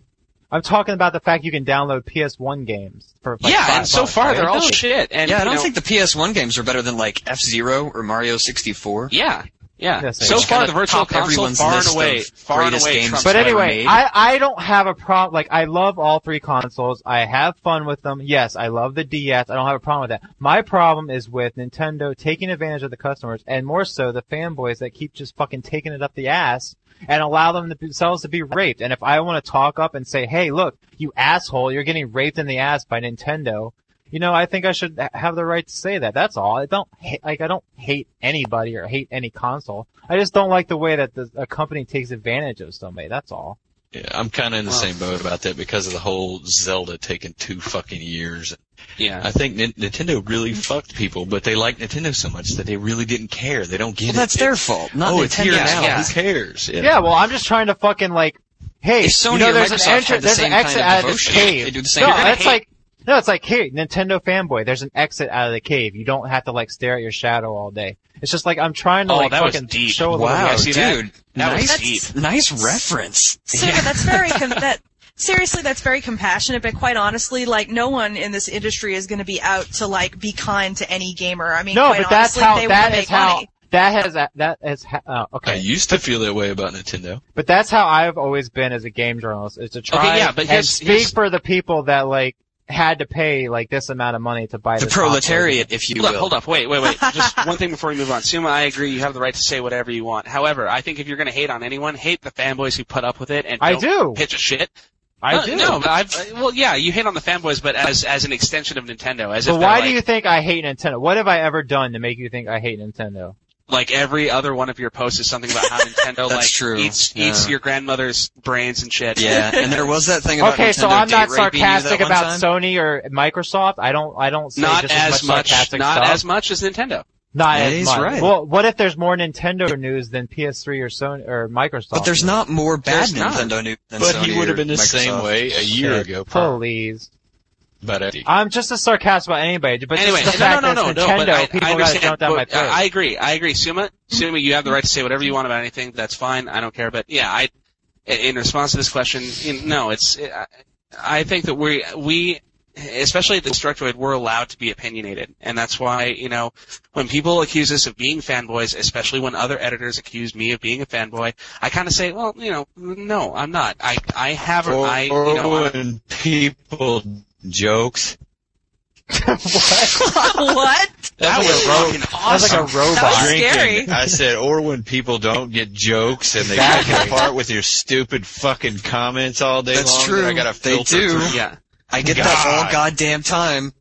I'm talking about the fact you can download PS1 games for like
yeah,
five
and so
bucks,
far
right?
they're all shit. And
yeah, I
you
don't
know,
think the PS1 games are better than like F Zero or Mario
Oh,
64.
Yeah, yeah.
Yes, they
so
are.
far, the
Kinda
virtual
top
console
everyone's
far and
list
away,
of
far and
greatest
away.
games
trumps
But
ever
everyone.
anyway,
made.
I, I don't have a problem. Like, I love all three consoles. I have fun with them. Yes, I love the DS. I don't have a problem with that. My problem is with Nintendo taking advantage of the customers and more so the fanboys that keep just fucking taking it up the ass and allow them to- themselves to be raped. And if I want to talk up and say, hey, look, you asshole, you're getting raped in the ass by Nintendo. You know, I think I should ha- have the right to say that. That's all. I don't ha- like. I don't hate anybody or hate any console. I just don't like the way that the, a company takes advantage of somebody. That's all.
Yeah, I'm kind of in the
Well.
same boat about that because of the whole Zelda taking two fucking years.
yeah.
I think Nin- Nintendo really fucked people, but they like Nintendo so much that they really didn't care. They don't get
Well,
it.
that's
It-
their fault, not
oh,
Nintendo's.
it's here now.
fault.
Who cares? Yeah.
Yeah, well, I'm just trying to fucking like, hey,
If Sony
you know,
or
there's
Microsoft
an
had
entrance,
the
there's
same
an exit
kind of
out of this
devotion,
cave.
they do the same-
no,
You're gonna
that's
hate-
like, no, it's like, hey, Nintendo fanboy, there's an exit out of the cave. You don't have to like stare at your shadow all day. It's just like I'm trying to
Oh,
like
that was
fucking
deep.
show a little.
Wow,
Yeah, see that?
dude,
That was
nice,
deep.
nice reference.
So yeah, that's very com- that seriously that's very compassionate but quite honestly like no one in this industry is going to be out to like be kind to any gamer i mean
No,
quite
but that's
honestly,
how
they
that
wanna
is
make
how <laughs>
money. <laughs>
that has that has ha- uh,
I
okay.
used to feel that way about Nintendo.
But that's how I've always been as a game journalist is to try
yeah, but
and
here's-
speak
here's-
for the people that like had to pay like this amount of money to buy
The
this console.
proletariat, if you
Hold
will.
up, hold up, wait, wait,
<laughs>
wait. Just one thing before we move on. Suma, I agree. You have the right to say whatever you want. However, I think if you're going to hate on anyone, hate the fanboys who put up with it and
I do.
don't pitch a shit.
I
Uh,
do.
No, but I've, uh, well, yeah, you hate on the fanboys, but as as an extension of Nintendo,
But
as if they're
why
like,
do you think I hate Nintendo? What have I ever done to make you think I hate Nintendo?
like every other one of your posts is something
<laughs>
about how Nintendo
That's
like
true.
eats eats
Yeah.
your grandmother's brains and shit.
Yeah, and there was that thing about
Okay,
Nintendo
so I'm not
date raping you that
sarcastic
one
about
time.
Sony or Microsoft. I don't. I don't say
Not
just
as much,
sarcastic
not
stuff.
as much as Nintendo.
not as
He's
much.
right.
Well, what if there's more Nintendo news than PS3 or Sony or Microsoft?
But there's not more bad
There's not.
Nintendo news than
But
Sony
he would have
or
been the same
Microsoft. Oh.
way a year
Shit,
ago. probably.
Please.
But uh,
I'm just as sarcastic about anybody. But
anyway,
just the
no,
fact
no, no, no,
that it's
no.
Nintendo,
But I,
people
I
gotta
understand.
jump down my
but
throat.
I I agree. I agree. Suma, Suma, you have the right to say whatever you want about anything. That's fine. I don't care. But yeah, I, in response to this question, you- no, it's. I- I think that we we, especially at the Destructoid, we're allowed to be opinionated, and that's why you know when people accuse us of being fanboys, especially when other editors accuse me of being a fanboy, I kind of say, well, you know, no, I'm not. I I have. a- I you
or
know. I'm-
when Oh, people jokes.
what
that was fucking
That's like
awesome.
a robot.
That was
drinking.
scary.
I said, or when people don't get jokes and they
Exactly.
pick apart with your stupid fucking comments all day
That's
long. that
true.
I gotta
They
<sighs>
filter
do.
through. Ah,
yeah.
I get
God.
that all goddamn time.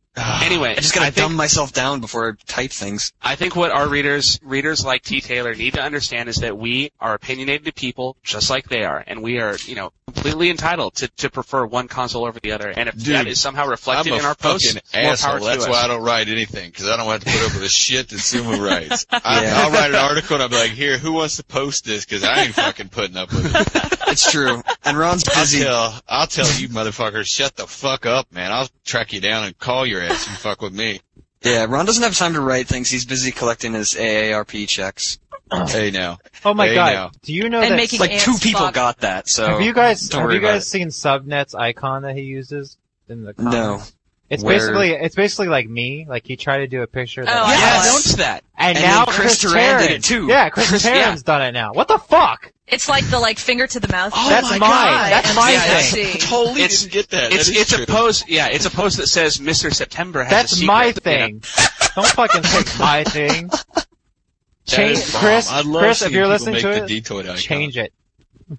Anyway,
I just gotta
I think-
dumb myself down before I type things.
I think what our readers, readers like T. Taylor need to understand is that we are opinionated people just like they are, and we are, you know, completely entitled to, to prefer one console over the other. And if that
Dude,
is somehow
I'm
reflected
a
in our posts,
fucking
more power
asshole.
to
That's
us.
why I don't write anything because I don't have to put up with the shit that Sumo writes. I,
Yeah.
I'll write an article and I'll be like, "Here, who wants to post this?" Because I ain't fucking putting up with it.
It's true. And Ron's
I'll
busy.
tell, I'll tell you, motherfuckers, shut the fuck up, man. I'll track you down and call your ass. if You fuck with me.
Yeah, Ron doesn't have time to write things. He's busy collecting his AARP checks.
Hey now,
Oh my
Hey,
god!
now.
Do you know
And
that?
making-
Like two
Ants
people
fuck.
got that. So
have you guys
don't
have
worry
you guys
about
seen Subnet's icon that he uses in the?
it. No.
Comments? It's
Where-
basically it's basically like me. Like he tried to do a picture. That
Oh,
I
I
had.
Yes!
I noticed that.
And,
And
now
then Chris Turan did it too.
Yeah, Chris Terran's done it now. What the fuck?
It's like the like finger to the mouth.
Oh
That's
my
mine.
God.
That's my
Yeah, I
thing.
see.
totally
It's-
didn't get that.
It's
That is
it's
true.
a post. Yeah, it's a post that says Mr. September has. a
That's
secret,
my
you know?
thing. Don't fucking pick my thing. Change,
That is bomb.
Chris.
I love
Chris,
seeing
if you're
people
listening
make
to
the
it,
Detoid icon.
change it.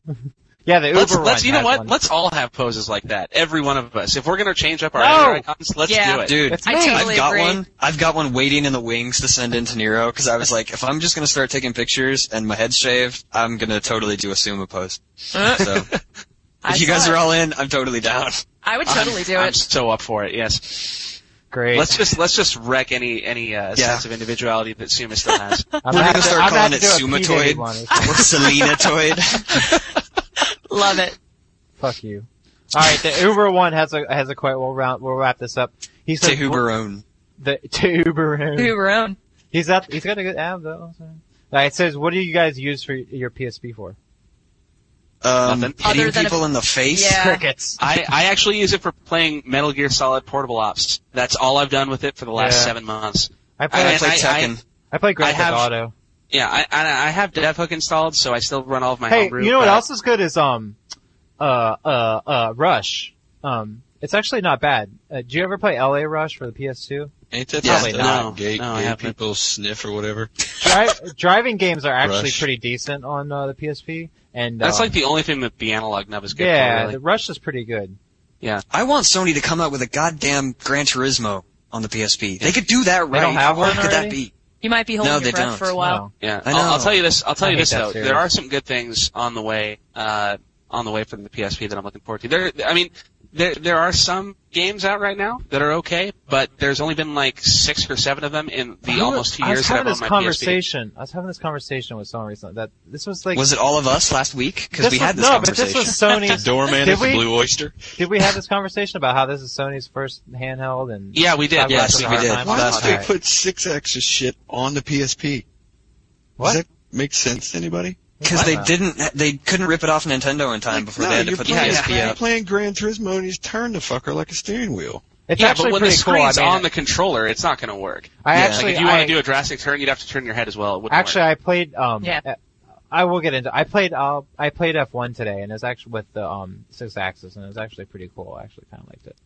<laughs> yeah, the Uber
Let's,
one
let's you know
has
what?
one.
Let's all have poses like that. Every one of us. If we're gonna change up our
No.
editor icons, let's
Yeah.
do it.
Dude,
It's
I
me.
totally-
I've got
agree.
one. I've got one waiting in the wings to send in to Nero because I was like, if I'm just gonna start taking pictures and my head's shaved, I'm gonna totally do a sumo post. So <laughs> if
I
you guys
saw
are
it.
all in, I'm totally down.
I would
I'm-
totally do
I'm <laughs>
it.
so up for it. Yes.
Great.
Let's just let's just wreck any any uh,
Yeah.
sense of individuality that Suma
<laughs>
still has.
I'm
We're
gonna
gonna
have to-
start
I'm gonna have
calling
to
it
do a P-Diddy
Sumatoid. <laughs>
one or something.
Or <laughs> Selenatoid.
Love it.
Fuck you. All right, the Uber one has a has a quite. We'll round. We'll wrap this up. He
to
says
Huberone.
The to Uber.
Uber own.
He's up. He's got a good ab though. so. All right, it says, "What do you guys use for your PSP for?"
Nothing.
Um, hitting
Other than a-
people in the face.
Yeah.
Crickets.
I, I actually use it for playing Metal Gear Solid Portable Ops. That's all I've done with it for the last
Yeah.
seven months.
I
I,
play.
And
play
I-
Tekken.
I, play Grand
I
Theft
have-
Auto.
Yeah, I I, I have DevHook installed, so I still run all of my
Hey,
homebrew.
you know what
uh,
else is good is um, uh, uh, uh, Rush. Um, it's actually not bad. Uh, did you ever play LA Rush for the PS2?
Ain't that
Yeah,
probably
no,
not
no,
gay,
I
gay
haven't.
people sniff or whatever?
Dri- driving games are actually
Rush.
pretty decent on uh, the PSP, and
That's
um,
like the only thing that the analog nub is good
yeah,
for. Really.
the Rush is pretty good.
I want Sony to come out with a goddamn Gran Turismo on the PSP. They could do that right.
don't have
How
one
hard could that
already?
be?
You might be holding
No,
your
they
breath
don't.
for a while.
No.
Yeah,
I
I'll, I'll
know.
tell you this. I'll tell
I
you
hate
this
that
though.
series.
There are some good things on the way, uh, on the way for the PSP that I'm looking forward to. There, I mean, there there are some games out right now that are okay, but there's only been like six or seven of them in the
Who-
almost two
I was
years that I've
having
owned
this
my PSP.
conversation. I was having this conversation with someone recently. That this was like
Was it all of us last week? Because
this
we
was-
had this
no,
conversation.
but
<laughs>
this was
<laughs>
Sony's. <laughs>
Doorman
Did
at the
we-
Blue Oyster.
did we have this conversation about how this is Sony's first handheld and?
Yeah, we did.
Five
Yes,
Nights at
we
Hard
did.
Time?
Why Last
All
week.
They
right.
put six extra shit on the PSP.
What?
Does that make sense to anybody?
Because they
Wow.
didn't, they couldn't rip it off Nintendo in time before
no,
they had
you're
to put the
playing,
PSP
you're
out.
playing Gran Turismo and you just turn the fucker like a steering wheel.
It's
yeah,
actually
but when the
pretty cool. I
screen's
mean,
on the controller, it's not going to work.
I
Yeah.
actually
Like if you want
I-
to do a drastic turn, you'd have to turn your head as well. It wouldn't
Actually, I played. Um,
Yeah.
uh, I will get into. I played. Uh, I played F1 today, and it's actually with the um six axis, and it was actually pretty cool. I actually kind of liked it.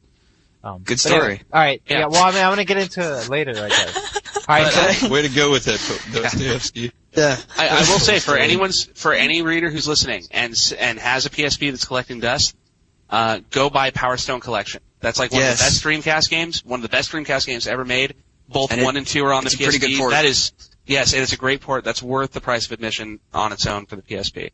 Um,
Good
but anyway,
story.
all right. Yeah.
Yeah.
Well, I mean, I'm gonna get into it later, I
<laughs>
guess. All right. so-
Uh, Way to go with that, <laughs> Dostoevsky.
Yeah.
I, I will
<laughs>
say for anyone's for any reader who's listening and s- and has a PSP that's collecting dust, uh, go buy Power Stone Collection. That's like one
Yes.
of the best Dreamcast games, one of the best Dreamcast games ever made. Both
And it-
one and two are on the
it's a
PSP.
pretty good port.
That is yes, it's a great port. That's worth the price of admission on its own for the PSP.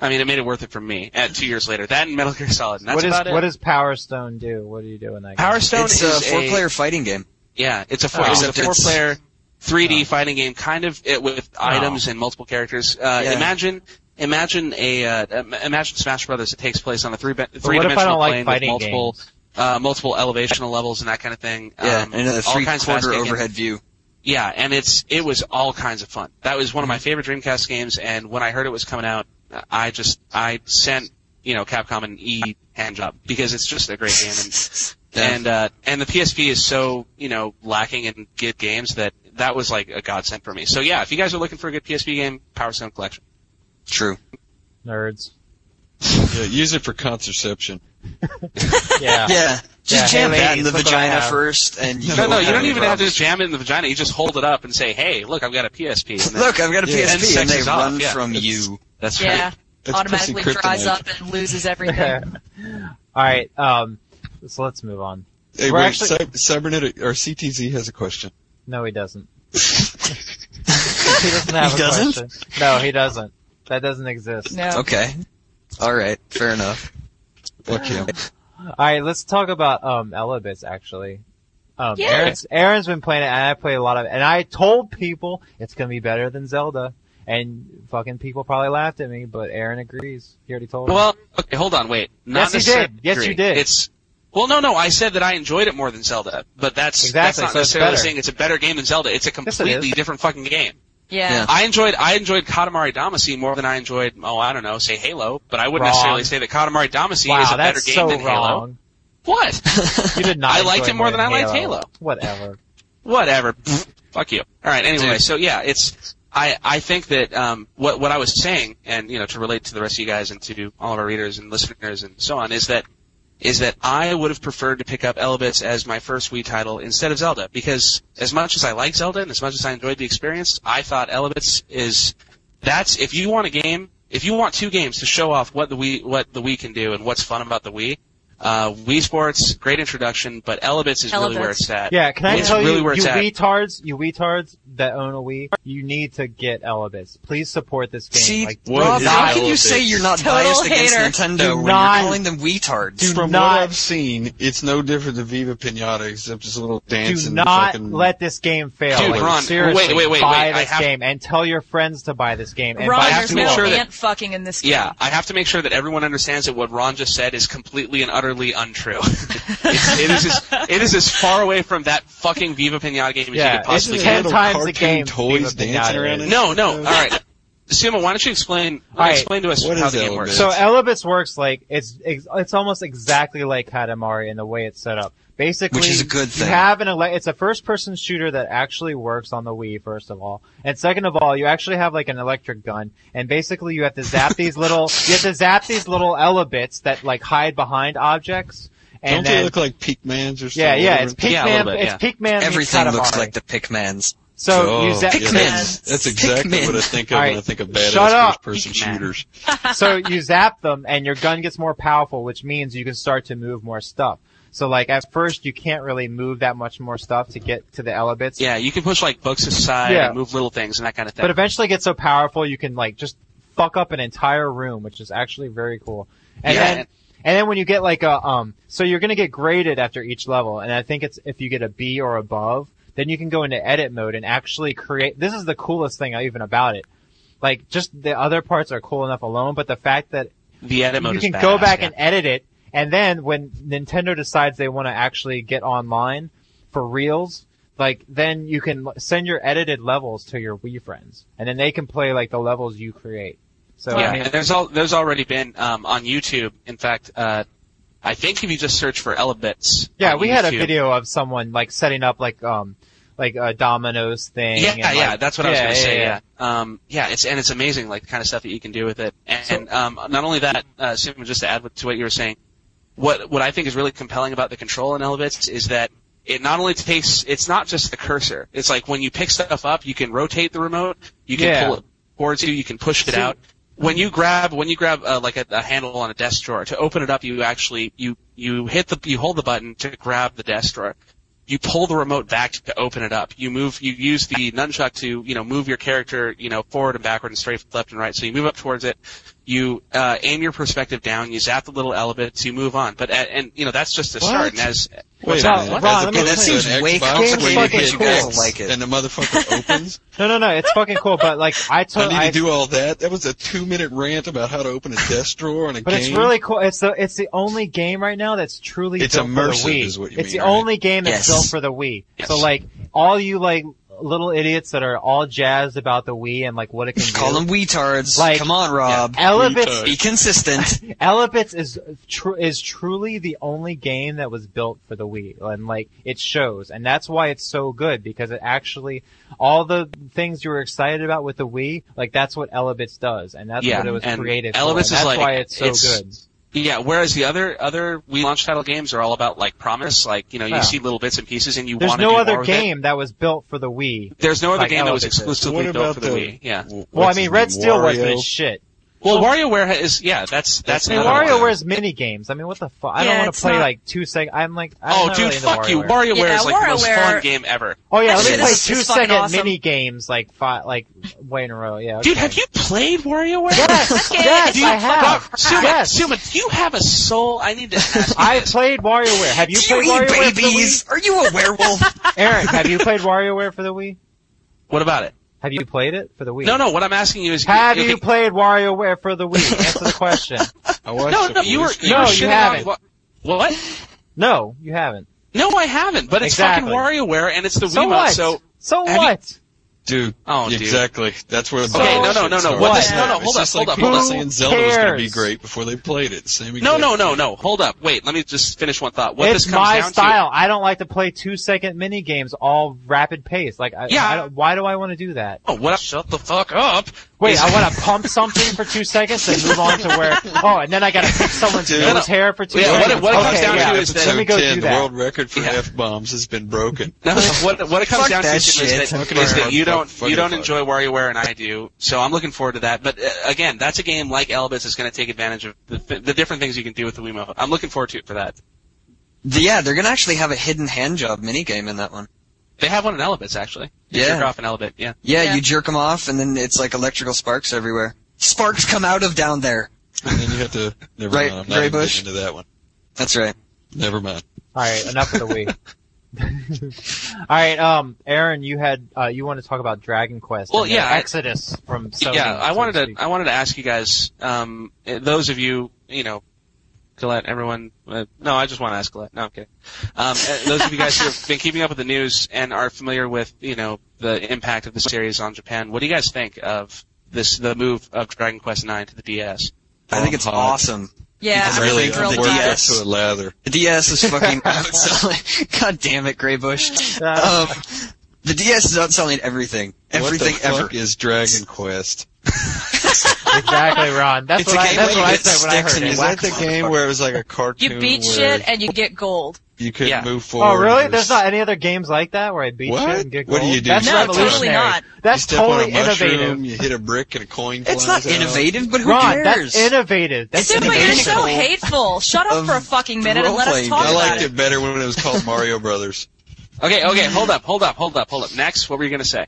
I mean, it made it worth it for me. At two years later, that and Metal Gear Solid. And that's
what is
about it.
what does Power Stone do? What do you do in that?
Power Stone
It's a
is
four-player fighting game.
yeah, it's a four,
Oh.
it's a
Except
four
it's-
player 3D
Oh.
fighting game, kind of it, with items and multiple characters. Uh,
Yeah.
Imagine, imagine a uh, im- imagine Smash Brothers. It takes place on a three
Game? But
three
what if I
dimensional
don't like
plane
fighting
with multiple
games?
uh, multiple elevational levels and that kind of thing.
Yeah,
um,
and
all
a
kinds of
three-quarter
aspect-
overhead view.
yeah, and it's it was all kinds of fun. That was one of my
Mm-hmm.
favorite Dreamcast games, and when I heard it was coming out, I just I sent you know Capcom an e hand job because it's just a great game. And
Yeah.
and, uh, and the PSP is so you know lacking in good games that that was like a godsend for me. So yeah, if you guys are looking for a good PSP game, Power Stone Collection.
True.
<laughs>
Nerds.
Yeah, use it for contraception.
Yeah.
Yeah. Just
Yeah,
jam
hey,
that in the
ladies, look what I
vagina
have.
first, and you
No, no,
won't
you don't
any
even have to
problems.
jam it in the vagina. You just hold it up and say, "Hey, look, I've got a PSP." And then-
Look, I've got a
Yeah,
and
PSP, and
sex
they
is off,
run
yeah.
from you.
That's
Yeah.
right.
That's pussy
Automatically dries
<laughs>
kryptonite.
up and loses everything.
All right. Um, so let's move on.
Hey,
We're
wait,
actually-
Cy- Cybernetic or CTZ has a question.
No, he
<laughs>
doesn't. he doesn't have
He
a
doesn't?
question. No, he doesn't. That doesn't exist.
No.
<laughs> Okay. All right. Fair enough.
Fuck
Uh-huh.
him.
<laughs>
All right, let's talk about um Elabits actually. Um,
Yeah.
Aaron's, Aaron's been playing it, and I play a lot of. it, And I told people it's gonna be better than Zelda, and fucking people probably laughed at me. But Aaron agrees. He already told. me.
Well, okay, hold on, wait.
Yes,
Not
you
necessarily
did. Yes, you
agree.
did.
It's well, no, no. I said that I enjoyed it more than Zelda, but that's that's
Exactly,
not
so it's
necessarily
better.
saying it's a better game than Zelda. It's a
it is.
completely different fucking game.
Yeah.
I enjoyed I enjoyed Katamari Damacy more than I enjoyed oh I don't know say Halo, but I wouldn't
Wrong.
necessarily say that Katamari Damacy
wow,
is a better
that's
game
so
than Halo.
wrong.
What?
You did not.
I liked
enjoy
it more than I liked Halo.
Whatever.
Whatever. Fuck you. All right. Anyway,
Dude.
so yeah, it's I I think that um what what I was saying, and you know, to relate to the rest of you guys and to all of our readers and listeners and so on, is that is that I would have preferred to pick up Elbits as my first Wii title instead of Zelda because as much as I like Zelda and as much as I enjoyed the experience, I thought Elbits is that's if you want a game, if you want two games to show off what the Wii what the Wii can do and what's fun about the Wii. Uh, Wii Sports, great introduction, but Elebits is really
Elebits.
where it's at.
Yeah, can I
It's
tell
really
you,
where
you
it's at.
retards, you retards that own a Wii, you need to get Elabits. Please support this game.
See,
like,
what
Rob,
is
how
all
can you
of
say
this?
you're not
Total
biased against
hater.
Nintendo
Do
when
not-
you're calling them retards?
do
From
not-
what I've seen, it's no different than Viva Pinata except it's a little dance
do
and
not
fucking.
let this game fail.
Dude,
like,
Ron,
seriously,
wait, wait, wait,
buy
wait, I
this
have-
game and tell your friends to buy this game. And
Ron,
buy
have
there's
to
two
no
of
ensure
them.
that-
ant fucking in this game.
Yeah, I have to make sure that everyone understands that what Ron just said is completely and utterly
<laughs>
untrue. it's, it is as, it is as far away from that fucking Viva Pinata game as you
Yeah,
Isn't
could possibly
there
ten
get.
little
times the
cartoon
game
Toys
Viva Pinata
dancing around.
is.
and
No, no. All
stuff?
right, Sima, why don't you explain?
All right.
Explain to us
What
how
is
the game
Elevate?
works.
So Elabits works like it's ex- it's almost exactly like Katamari in the way it's set up. Basically,
Which is a good thing.
You have an ele- it's a first-person shooter that actually works on the Wii. First of all, and second of all, you actually have like an electric gun, and basically you have to zap these little you have to zap these little Elabits that like hide behind objects. And
Don't
then,
they look like Peak Mans or something?
yeah, yeah, it's Pikmin.
Yeah, a little bit,
it's Pikmin. meets
Everything looks
Katamari.
like the Pikmans.
So you zap.
Oh, yeah,
Pikmin.
that's, that's exactly
Pikmin.
what I think of
All
when I
right,
think of badass
shut up.
first-person
Pikmin.
shooters.
so you zap them and your gun gets more powerful, which means you can start to move more stuff. So like at first you can't really move that much more stuff to get to the elebits.
yeah, you can push like books aside
Yeah.
and move little things and that kind of thing.
But eventually get so powerful you can like just fuck up an entire room, which is actually very cool. And
Yeah.
then and then when you get like a um so you're gonna get graded after each level, and I think it's if you get a B or above, then you can go into edit mode and actually create this is the coolest thing even about it. Like just the other parts are cool enough alone, but the fact that
the edit mode
you
is
can go
badass,
back
yeah.
and edit it, and then when Nintendo decides they want to actually get online for reels, like then you can l- send your edited levels to your Wii friends, and then they can play like the levels you create. So
yeah,
I mean,
and there's all there's already been um, on YouTube. In fact, uh, I think if you just search for Elebits,
yeah,
on
we had a
YouTube-
video of someone like setting up like um like a dominoes thing.
Yeah,
and,
yeah,
like-
that's what I was
yeah,
gonna
yeah,
say.
yeah.
Yeah. um, yeah, it's and it's amazing, like the kind of stuff that you can do with it. And um, not only that, uh, Simon, just to add to what you were saying, what what I think is really compelling about the control in Elevits is that it not only takes, it's not just the cursor. It's like when you pick stuff up, you can rotate the remote, you can
Yeah.
pull it towards you, you can push it
See-
out. When you grab, when you grab uh, like a, a handle on a desk drawer to open it up, you actually you you hit the you hold the button to grab the desk drawer you pull the remote back to open it up. You move, you use the nunchuck to, you know, move your character, you know, forward and backward and straight, left and right. So you move up towards it. You uh, aim your perspective down. You zap the little elements. You move on. But at, and you know that's just a start. And as
Wait
Ron,
a minute.
Ron,
As
let me-
opposed
that
to
seems
an
way
Xbox
complicated,
where you
but
hit
you guys
will
X
like it.
And
<laughs>
the motherfucker opens.
No, no, no, it's fucking cool. But like
<laughs>
I
I
told
need
I,
to do all that. That was a two-minute rant about how to open a desk drawer and a
But
game.
it's really cool. It's the it's the only game right now that's truly
It's
built
immersive
for the Wii.
is what you
it's
mean,
the
right?
only game that's
Yes.
built for the Wii.
Yes.
So like all you like little idiots that are all jazzed about the Wii and like what it can do.
Call them retards.
Like-
Come on, Rob.
Elebits,
Be consistent. <laughs>
Elebits is tru- is truly the only game that was built for the Wii, and like it shows, and that's why it's so good because it actually all the things you were excited about with the Wii, like that's what Elebits does, and that's
Yeah,
what it was
and
created for.
Elebits
and
is
that's
like-
why it's so
it's-
good.
yeah, whereas the other other Wii launch title games are all about like promise, like you know you
Yeah.
see little bits and pieces and you
There's
want to
no
do
other
more with it.
game that was built for the Wii.
There's no other
like
game that was
Elevate is.
exclusively
what
built
about
for the, Wii. Yeah.
w-
Well, I
what's
mean,
his
Red
name,
Steel
Wario?
wasn't as shit.
Well, WarioWare ha- is yeah. That's that's
I mean,
another one.
WarioWare's mini games. I mean, what the fuck? I don't
Yeah,
want to
it's
play
not-
like two sec. I'm like, I'm
Oh,
not
dude,
really into
fuck you.
WarioWare.
WarioWare is
Yeah,
like the most
WarioWare-
fun game ever.
Oh yeah,
That
let me
shit
play
is-
two
is fucking
second
awesome.
mini games like five, like way in a row. Yeah.
Dude,
okay.
have you played WarioWare?
Yes,
Okay.
yes,
Dude,
I have.
Fuck, Suma,
Yes.
Suma, do you have a soul?
<laughs>
I need to ask.
<laughs> I played WarioWare. Have you
Do
played
you eat
WarioWare <laughs>
babies?
for
Are you a <laughs> werewolf?
the Wii? Eric, have you played WarioWare for the Wii?
What about it?
Have you played it for the Wii?
No, no. What I'm asking you is,
Have
okay,
you played WarioWare for the Wii? Answer the
<laughs>
question.
I watched
No,
the
no. You were
police
you were
No,
guy.
you
shitting
haven't.
on Wa- what?
No, you haven't.
No, I haven't. But it's
Exactly.
fucking WarioWare, and it's the
So
Wiimote.
what?
So
so
have you-
what?
Dude.
Oh, dude.
exactly. That's where the
Okay,
bullshit
no, no, no, no,
started.
what? No,
no,
It's
hold up,
just
hold
like
up, hold
people
up.
saying Zelda was going to be
Cares?
great before they played it. Same
no,
exact
no, no, no. Hold up. Wait. Let me just finish one thought. What
it's
this comes
my
down
style. I don't like to play two second mini games all rapid pace. Like, I,
Yeah.
I don't, why do I want to do that?
to. Oh, what? Shut the fuck up.
Wait,
Is-
I want to <laughs> pump something for two seconds and move on to where. Oh, and then I got to pick someone's
Dude.
nose hair for two
Yeah, what it-
seconds.
what it comes
okay,
down
yeah.
to is that-
let me go
Episode 10,
do
the
that.
world record for
Yeah.
f bombs has been broken.
<laughs> No, what what it comes
Fuck
down to
that
is
shit.
that,
Fucking
is
fuck,
that you
fuck,
don't
fucking
you don't
fuck.
enjoy WarioWare and I do, so I'm looking forward to that. But uh, again, that's a game like Elvis is going to take advantage of the, the different things you can do with the Wiimote. I'm looking forward to it for that.
yeah, they're gonna actually have a hidden hand job minigame in that one.
They have one in Elvis actually. You
Yeah.
jerk off in Elvis. Yeah.
Yeah,
Yeah.
you jerk them off, and then it's like electrical sparks everywhere. Sparks come out of down there.
And then you have to. <laughs> Never
Right,
mind. I'm not
Gray
even
Bush?
getting into that one.
That's right.
Never mind.
All right, enough of the Wii. <laughs> All right, um, Aaron, you had uh, you want to talk about Dragon Quest?
Well,
and the
yeah, I-
Exodus from Sony.
yeah, I
so
wanted
speak.
to I wanted to ask you guys, um, eh, those of you, you know, Gillette, everyone. Uh, no, I just want to ask Gillette. No, I'm kidding. Um, eh, those of you guys who have been keeping up with the news and are familiar with, you know, the impact of the series on Japan, what do you guys think of this the move of Dragon Quest IX to the DS?
I think it's
Hot.
awesome.
Yeah,
Because
I'm
really,
really
the
thrilled
worked
world
by
up
it.
DS.
to a lather.
The DS is fucking outselling. <laughs> God damn it,
<laughs>
<laughs>
Graybush. Um, the DS is outselling everything. Everything
what the
ever.
Fuck is Dragon Quest?
exactly, Ron. That's
It's
what
a
I,
game
that's what
where
I
you get
said when I
sticks
heard
and
it.
Is that
whack
the
motherfucker.
game where it was like a cartoon?
You beat
where
shit and you get gold.
You couldn't
Yeah.
move forward.
Oh, really?
It was-
There's not any other games like that where I beat
What?
shit and get
What do
gold?
you do?
That's
No,
revolutionary.
totally
not.
You
That's
step
totally
on a mushroom,
innovative.
You hit a brick and a coin.
It's not
flies out.
innovative, but who
Ron,
cares?
that's innovative. That's
It's
Super, you're
innovative.
so
innovation.
hateful. Shut up
Of
for a fucking minute and let us
role-playing
talk
I
game.
about
liked
it.
it better when it was called Mario Brothers.
Okay, okay, hold up, hold up, hold up, hold up. Next, what were you gonna say?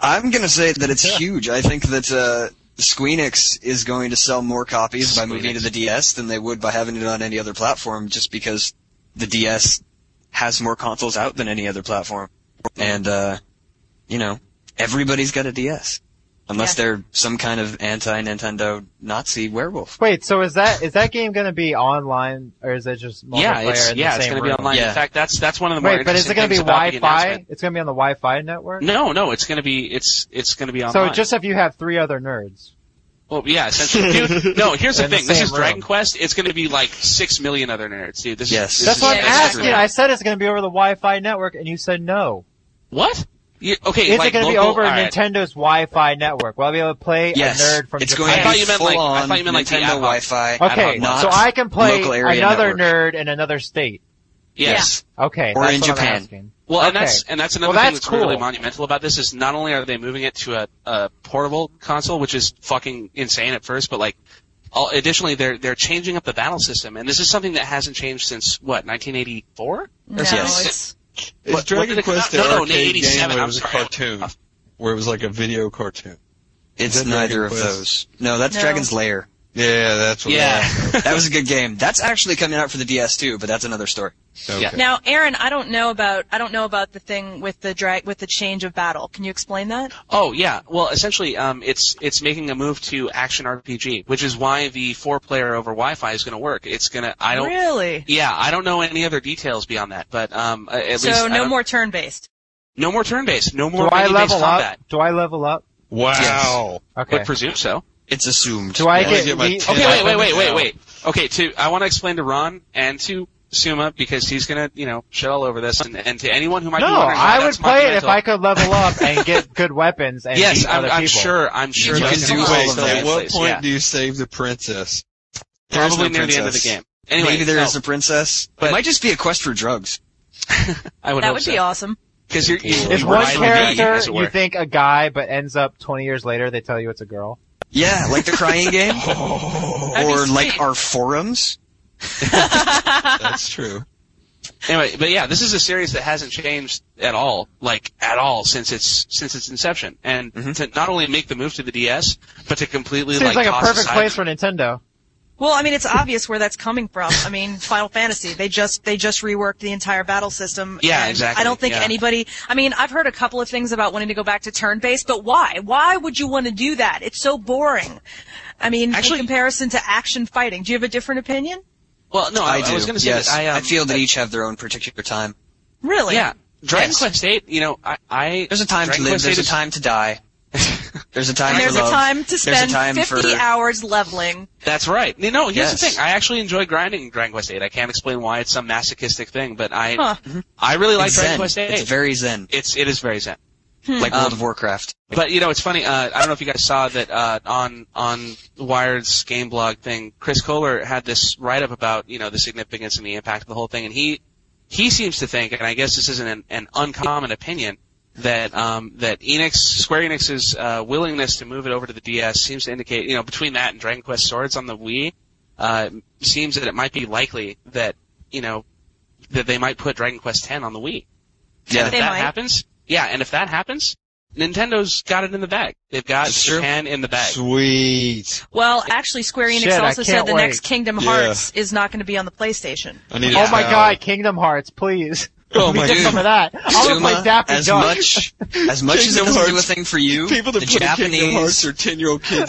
I'm gonna say that it's huge. I think that uh, Squeenix is going to sell more copies by moving
Squeenix.
to the DS than they would by having it on any other platform, just because the DS has more consoles out than any other platform. And uh, you know, everybody's got a DS, unless
Yeah.
they're some kind of anti-Nintendo Nazi werewolf.
Wait, so is that is that game going to be online or is it just multiplayer
Yeah, it's
in
yeah,
the
it's
same
gonna
room?
be online.
Yeah.
In fact, that's that's one of the more
Wait, but is it
interesting
going to be
things about the
Wi-Fi?
announcement.
It's going to be on the Wi-Fi network.
No, no, it's gonna be it's it's gonna be online.
So just if you have three other nerds.
Well, yeah,
<laughs>
essentially. Dude, no, here's the
In the
thing. This
same
is Dragon
room.
Quest. It's going to be like six million other nerds, dude. This
Yes.
is, this
That's
is,
what I'm
this is
asking.
real.
I said it's going to be over the Wi-Fi network, and you said no.
What? You, okay,
Is
like
it going to be
local-
over
all right.
Nintendo's Wi-Fi network? Will I be able to play
Yes,
a nerd from
it's
Japan?
going
I
to
thought
be
you meant like- I
full-on
thought you meant like the
Nintendo
Apple.
<laughs> Wi-Fi.
I
Okay,
don't know.
so I can play
Local area
another
network.
nerd in another state.
Yes.
Okay,
Or
that's
in
what I'm
Japan.
asking.
Well, and
Okay.
that's and that's another
Well,
thing
that's
that's really
cool.
monumental about this is not only are they moving it to a, a portable console, which is fucking insane at first, but like, all, additionally they're they're changing up the battle system, and this is something that hasn't changed since what 1984.
No,
Yes.
it's
Is
What-
Dragon
what did it come
Quest
out-
an
no, no,
arcade game
87,
where it
I'm
was a
sorry.
cartoon? Where it was like a video cartoon.
It's
Is that
neither
Dragon
of
Quest?
those. No, that's
No.
Dragon's Lair.
Yeah, that's what
That was a good game. That's actually coming out for the DS too, but that's another story.
Okay.
Yeah.
now, Aaron. I don't know about I don't know about the thing with the drag with the change of battle. Can you explain that?
<laughs> Oh yeah, well essentially, um, it's it's making a move to action RPG, which is why the four player over Wi-Fi is going to work. It's gonna I don't
really.
yeah I don't know any other details beyond that, but um, a- at least
So
I
no
don't-
more turn based.
no more turn based, no
Do
more
I
melee based
level
combat.
up? Do I level up?
Wow.
Okay.
Would presume so.
It's assumed.
Do I
Yeah.
get,
get my
the-
ten.
Okay,
Yeah,
wait, wait, wait,
I
wait,
know.
wait. Okay, to I want to explain to Ron and to Suma because he's gonna you know shit all over this, and, and to anyone who might
No,
be wondering why
I would
that's
play it if
monumental.
I could level up
<laughs>
and get good weapons and
Yes,
beat
I'm,
other
I'm
people.
sure. I'm sure
You
that's
can
gonna be
do all
Wait,
of
still
that.
in
at what
place,
point
yeah.
do you save the princess?
There is
Probably
no
near the end of the
princess.
game. Anyway,
Maybe there
no,
is a princess.
But-
it might just be a quest for drugs.
I would
That
hope
would
so.
be awesome.
Because you're, you,
If
Is
you
one
ride the beat,
character
as it
you
were.
think a guy, but ends up 20 years later they tell you it's a girl?
Yeah, like the crying <laughs> game,
Oh,
or
That'd be
like
sweet.
our forums.
that's true.
Anyway, but yeah, this is a series that hasn't changed at all, like at all since its since its inception. And
Mm-hmm.
to not only make the move to the DS, but to completely
Seems like a
toss
perfect
aside-
place for Nintendo.
Well, I mean, it's obvious where that's coming from. I mean, Final Fantasy, they just, they just reworked the entire battle system.
Yeah,
and
exactly,
I don't think
yeah.
anybody, I mean, I've heard a couple of things about wanting to go back to turn-based, but why? Why would you want to do that? It's so boring. I mean,
Actually-
in comparison to action fighting, do you have a different opinion?
Well, no, Uh, I,
I do.
was going to say
yes,
that I, um,
I feel that each have their own particular time.
Really?
Yeah, Dragon
Yes.
Quest Eight. You know, I, I
There's a time
Dragon
to live.
Quest
There's
VIII
a
is-
time to die. <laughs> There's a time
And there's
for
a
love.
time to
there's
spend
a time
50
for
hours leveling.
That's right. You know, here's the
Yes.
thing. I actually enjoy grinding Dragon Quest Eight. I can't explain why it's some masochistic thing, but I
Huh.
I really like
it's
Dragon
zen.
Quest Eight.
It's very zen,
it's it is very zen.
like
Um,
World
<laughs>
of Warcraft.
But you know, it's funny. Uh, I don't know if you guys saw that uh, on on Wired's game blog thing. Chris Kohler had this write up about you know the significance and the impact of the whole thing, and he he seems to think, and I guess this isn't an, an uncommon opinion, that um, that Enix Square Enix's uh, willingness to move it over to the DS seems to indicate you know between that and Dragon Quest Swords on the Wii, uh, seems that it might be likely that you know that they might put Dragon Quest X on the Wii.
Yeah,
If
They
that
might.
happens, yeah, and if that happens, Nintendo's got it in the bag. They've got
That's true.
Japan in the bag.
Sweet.
Well, actually, Square Enix
Shit, I
also said
can't
the
wait.
next Kingdom
Yeah.
Hearts is not going to be on the PlayStation.
I need a
Oh my
towel.
god, Kingdom Hearts, please.
Oh
Let me
my
get
dude.
<laughs> some of that. I want to play
Zuma,
Daffy
as
Duck.
much
<laughs>
as much as
Kingdom
it doesn't do a
Hearts.
thing for you,
People that
the
play Kingdom Hearts
Japanese
are ten year old kids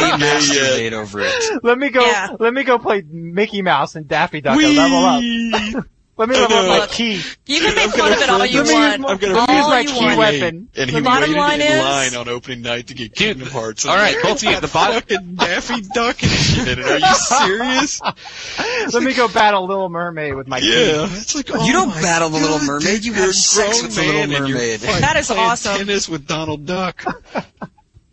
<laughs> Yeah, yeah.
masturbate over
<laughs>
it.
Let me go.
Yeah.
Let me go play Mickey Mouse and Daffy Duck. and level up. Let me
Oh,
level
no.
up my key.
You can make
I'm gonna
fun of it all
flip
you
Let me use
want.
my,
I'm gonna
let me use
all
my
you
key
want.
weapon.
And
The
he
bottom
waited
line
in
is-
line on opening night to get
Dude,
Kingdom Hearts.
All right, both of you. The bottom.
Fucking Daffy Duck <laughs> and shit in it. Are you <laughs> serious?
Let me go battle Little Mermaid with my
Yeah.
key.
It's like, oh
you don't
my
battle the Little
God,
Mermaid.
dude,
You
you're a
have sex
grown
with the Little
man and you're
Mermaid.
fucking
That is
playing
awesome.
Tennis with Donald Duck.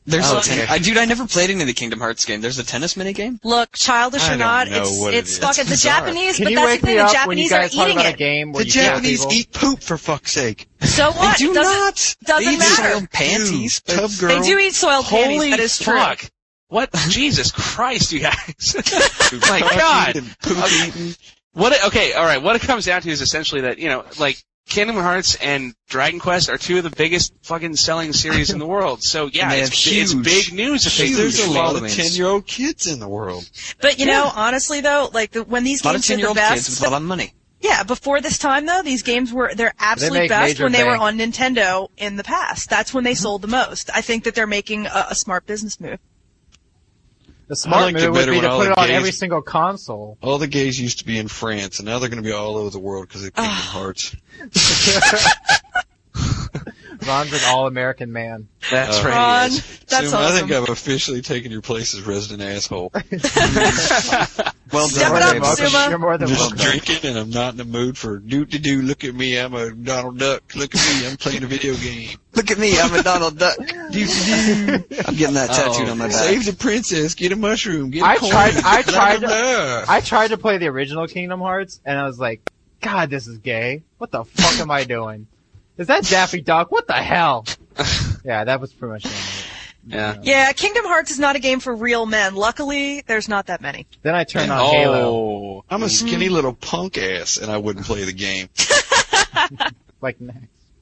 There's
Oh,
a ten-
okay.
I, dude, I never played any of the Kingdom Hearts game. There's a tennis mini game.
Look, childish
I
or
don't
not,
know
it's
what it
it's
is.
fucking the
It's bizarre.
Japanese,
Can
but
you
that's
wake
the thing.
me
The
up when you
Japanese are
guys talk
eating
about a
it.
game where
the
you kill
Japanese
people?
eat poop for fuck's sake.
So what?
They do
It doesn't-
not.
doesn't
they eat
matter.
soiled panties.
Dude, tub
That's-
girl.
They do eat soiled panties.
Holy
That is true.
fuck! What? <laughs> Jesus Christ, you guys! <laughs> my
Cock
Oh God.
eating, poop eating.
what? It, okay, all right. What it comes down to is essentially that you know, like Kingdom Hearts and Dragon Quest are two of the biggest fucking selling series in the world. So yeah,
And they
it's,
have
it's
huge,
big news if they
huge
lose
There's a lot of
followings.
ten year old kids in the world.
But you know, honestly though, like the, when these
A lot of
games did the
ten-year-old kids
best,
with a lot of money.
yeah. Before this time though, these games were their absolute
make
best
major
when they were
bank.
on Nintendo in the past. That's when they sold the most. I think that they're making a, a smart business move.
The smart
liked it
move would
better
be
when
to
all
put
the
it on
gays-
every single
<laughs>
console.
All the gays used to be in France, and now they're going to be all over the world because of Kingdom
Ah,
Hearts.
Ron's an all-American man.
That's
Uh,
right.
Ron,
yes.
that's
Zoom, I think
awesome.
I've officially taken your place as resident
<laughs>
asshole.
Well
Step
done.
it up,
You're more than-
Zuma.
You're more than
just
welcome.
drinking, and I'm not in the mood for doo doo doo. Look at me, I'm a Donald Duck. Look at me, I'm playing a video
<laughs>
game.
Look at me, I'm a Donald Duck. I'm getting that tattooed on my back.
Save the princess. Get a mushroom. Get a
I
coin.
tried- I
Blah,
tried-
blah, blah.
I tried to play the original Kingdom Hearts, and I was like, God, this is gay. What the fuck am I doing? Is that Daffy Duck? What the
<laughs>
hell? yeah, that was pretty much the end of it.
Yeah.
Yeah, Kingdom Hearts is not a game for real men. Luckily, there's not that many.
Then I turned on
oh.
Halo,
I'm a
Mm-hmm.
skinny little punk ass, and I wouldn't play
<laughs>
the game.
like next.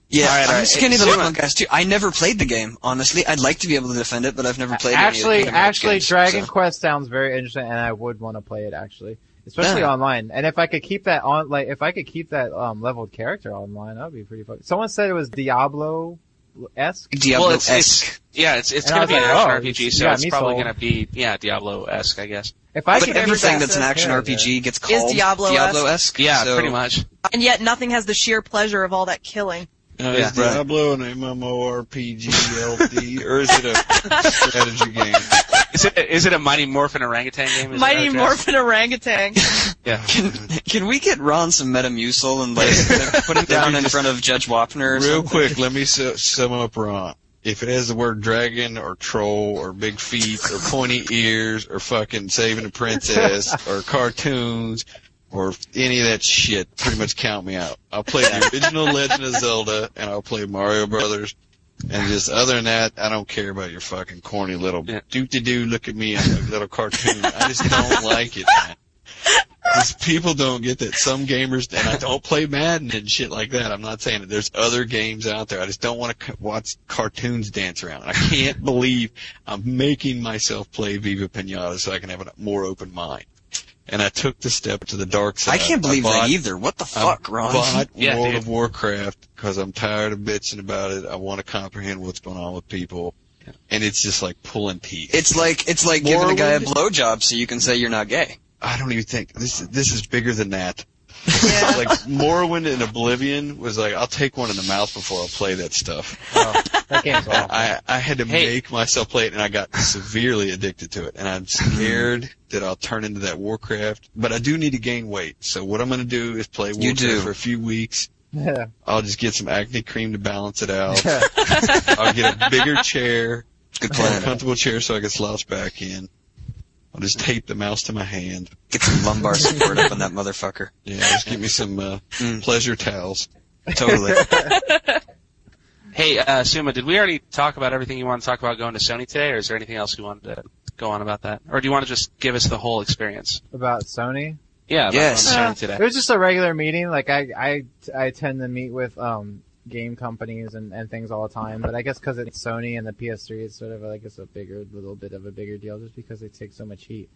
Yeah,
All right, all
I'm
right.
skinny little
Zuma.
punk ass too. I never played the game, honestly. I'd like to be able to defend it, but I've never played any of
Actually,
the Kingdom Hearts
actually,
games,
Dragon
so.
Quest sounds very interesting, and I would want to play it actually, especially
Yeah.
online. And if I could keep that on, like, if I could keep that um leveled character online, that'd be pretty fun. Someone said it was Diablo esque.
Diablo
Well, it's, it's yeah, it's it's
And I
gonna
was
be an
like,
action
oh,
RPG, so
yeah,
it's
me
probably
sold.
gonna be yeah Diablo esque, I guess.
If I
But
could
everything
keep that
that's an action
character-
RPG gets called
Diablo-esque.
Diablo-esque.
Yeah,
so-
pretty much.
And yet nothing has the sheer pleasure of all that killing.
Now, is
Yeah.
Diablo an MMORPG LD, or is it
<laughs>
a strategy game?
Is it is it a Mighty Morphin orangutan game? Is that
Mighty
how it is?
Morphin Orangutan.
Yeah.
Can, can we get Ron some Metamucil and like put him down in front of Judge Wapner? Or
Real
something?
quick, let me su- sum up Ron. If it has the word dragon or troll or big feet or pointy ears or fucking saving the
<laughs>
princess or cartoons or any of that shit, pretty much count me out. I'll play the original Legend of Zelda and I'll play Mario Brothers And just other than that, I don't care about your fucking corny little
Yeah.
doot de doo. Look at me, I'm a little cartoon. I just
<laughs>
don't like it. Man. These people don't get that. Some gamers, and I don't play Madden and shit like that. I'm not saying that there's other games out there. I just don't want to c- watch cartoons dance around. I can't believe I'm making myself play Viva Pinata so I can have a more open mind. And I took the step to the dark side.
I can't believe
bought-
that either. What the
I
fuck, Ron?
bought
Yeah,
World
dude.
of Warcraft because I'm tired of bitching about it. I want to comprehend what's going on with people, and it's just like pulling teeth.
It's like it's like giving a guy a blowjob so you can say you're not gay.
I don't even think this. This is bigger than that.
<laughs> Yeah.
<laughs> like Morrowind and Oblivion was like, I'll take one in the mouth before I'll play that stuff.
Oh, that
<laughs>
game's awful.
I I had to
Hey.
make myself play it, and I got severely addicted to it. And I'm
<laughs>
scared that I'll turn into that Warcraft, but I do need to gain weight. So what I'm going to do is play
You
Warcraft
do.
for a few weeks.
Yeah.
I'll just get some acne cream to balance it out.
<laughs>
Yeah.
I'll get a bigger chair,
Good
a
plan.
comfortable chair so I can slouch back in. I'll just tape the mouse to my hand.
Get some lumbar support up on that motherfucker.
Yeah, just give me some uh,
Mm.
pleasure towels.
Totally.
Hey, uh, Suma, did we already talk about everything you want to talk about going to Sony today, or is there anything else you wanted to go on about that? Or do you want to just give us the whole experience?
<laughs> About Sony.
Yeah, about
Yes.
going to
Uh,
Sony today.
It was just a regular meeting. Like I, I, I tend to meet with um game companies and, and things all the time. But I guess because it's Sony and the PS3, it's sort of like it's a bigger, little bit of a bigger deal, just because they take so much heat.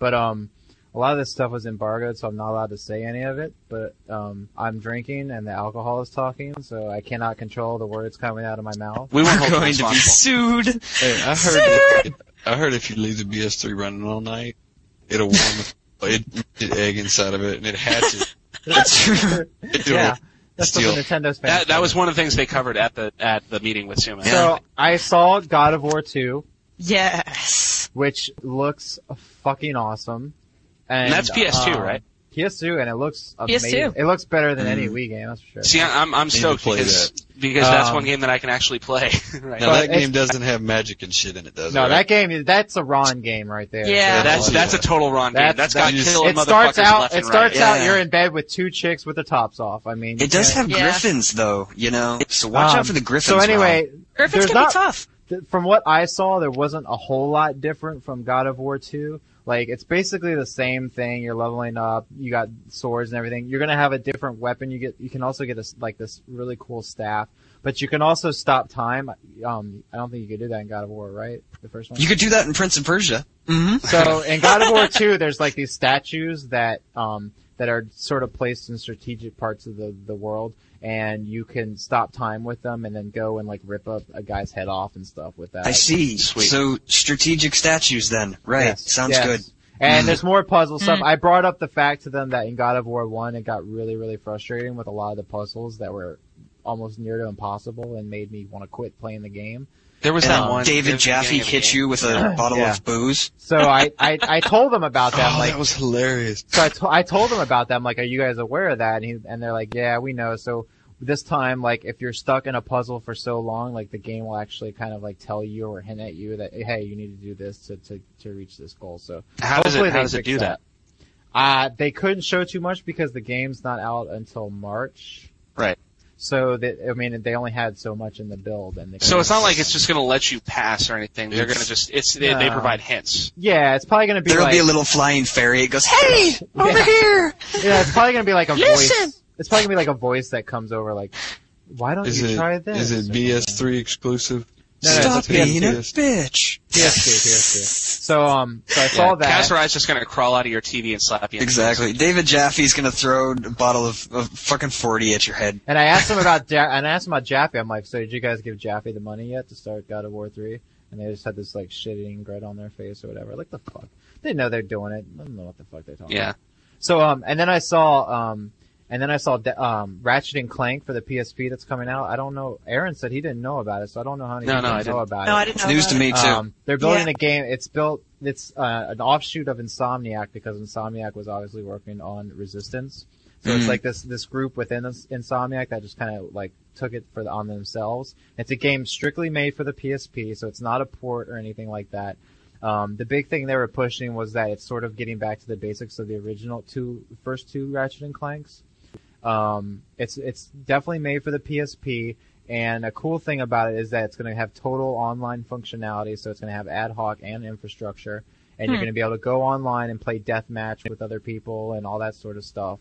But um, a lot of this stuff was embargoed, so I'm not allowed to say any of it. But um, I'm drinking and the alcohol is talking, so I cannot control the words coming out of my mouth.
We
<laughs>
won't hold you
going to be
responsible.
sued.
Hey, I heard. I heard if you leave the BS3 running all night, it'll warm the <laughs> it, it egg inside of it and it hatches. It
yeah, that's what
Steal.
the Nintendo fans.
That, that
say.
was one of the things they covered at the at the meeting with Suma.
So I saw God of War 2,
yes.
which looks fucking awesome. And,
And that's PS2,
um,
right?
PS2, and it looks amazing.
PS2.
It looks better than any Wii game, that's for sure.
See, I- I'm I'm
to
stoked
play
because because that's
Um,
one game that I can actually play. <laughs> right?
Now that
it's-
game doesn't have magic and shit in it, does it?
no,
right?
that game, that's a Ron game right there.
Yeah.
that's
Yeah.
that's a total Ron game.
That's-
That's got
that's-
killed
It
motherfuckers
starts out.
left
It
and
starts
right.
Yeah.
out. You're in bed with two chicks with their tops off. I mean,
It does
you can't-
have
Yeah.
griffins though, you know. So watch
Um,
out for the griffins.
So anyway,
Griffins
There's
can
not-
be tough.
th- from what I saw, there wasn't a whole lot different from God of War 2. Like, it's basically the same thing. You're leveling up. You got swords and everything. You're gonna have a different weapon. You get, you can also get a, s- like this really cool staff, but you can also stop time. Um, I don't think you could do that in God of War, right? The first one.
Ron. you could do that in Prince of Persia. Mm-hmm.
So in God of War 2, there's like these statues that um that are sort of placed in strategic parts of the the world, and you can stop time with them and then go and like rip up a guy's head off and stuff with that.
I see.
Sweet.
So strategic statues then. Right.
Yes,
Sounds
yes.
good.
And
Mm.
there's more puzzle stuff. I brought up the fact to them that in God of War 1, it got really, really frustrating with a lot of the puzzles that were almost near to impossible and made me want to quit playing the game.
There was
And
that one.
David Jaffe hits
hit
you with a bottle
Yeah.
of booze.
So I, I, I told them
<laughs>
about that.
Oh,
like,
that was hilarious.
so I, to- I told them about that. I'm like, are you guys aware of that? And, he, and they're like, yeah, we know. So this time, like, if you're stuck in a puzzle for so long, like the game will actually kind of like tell you or hint at you that, hey, you need to do this to, to, to reach this goal. So
How does
Hopefully
it how
they
does it
fix
do that?
Uh, they couldn't show too much because the game's not out until March.
Right.
So that, I mean, they only had so much in the build and they
So it's not like it's just going to let you pass or anything. They're
It's-
going to just it's they, they
No.
provide hints.
yeah, it's probably gonna be
There'll
like,
be a little flying fairy. It goes, hey, over
<laughs> Yeah.
here.
yeah, it's probably gonna be like a
Listen.
voice. It's probably gonna be like a voice that comes over like, why don't
Is
you
it,
try this?
is it
Or something.
BS3 exclusive?
No, no,
Stop
it's a
being a
PS3.
bitch.
PS2, PS2. So, um, so I saw
Yeah.
that.
Casserai's just going to crawl out of your TV and slap you. in the
<laughs> Exactly. David Jaffe's gonna throw a bottle of, of fucking 40 at your head.
And I asked him about ja- and I asked him about Jaffe. I'm like, so did you guys give Jaffe the money yet to start God of War three? And they just had this like shit eating grit on their face or whatever. Like the fuck, they know they're doing it. I don't know what the fuck they're
face.
talking.
Yeah.
about. So um, and then I saw um, and then I saw de- um, Ratchet and Clank for the PSP that's coming out. I don't know. Aaron said he didn't know about it, so I don't know how many
No,
people
no, I
know
didn't.
about
No,
it.
I didn't
It's
know.
news
about
to
it.
me too.
Um, they're building
Yeah.
a game. It's built. It's uh, an offshoot of Insomniac because Insomniac was obviously working on Resistance. So
Mm.
it's like this this group within this Insomniac that just kind of like took it for the, on themselves. It's a game strictly made for the PSP, so it's not a port or anything like that. Um, the big thing they were pushing was that it's sort of getting back to the basics of the original two first two Ratchet and Clanks. Um, it's it's definitely made for the PSP. And a cool thing about it is that it's going to have total online functionality, so it's going to have ad hoc and infrastructure, and you're
Hmm.
going to be able to go online and play deathmatch with other people and all that sort of stuff.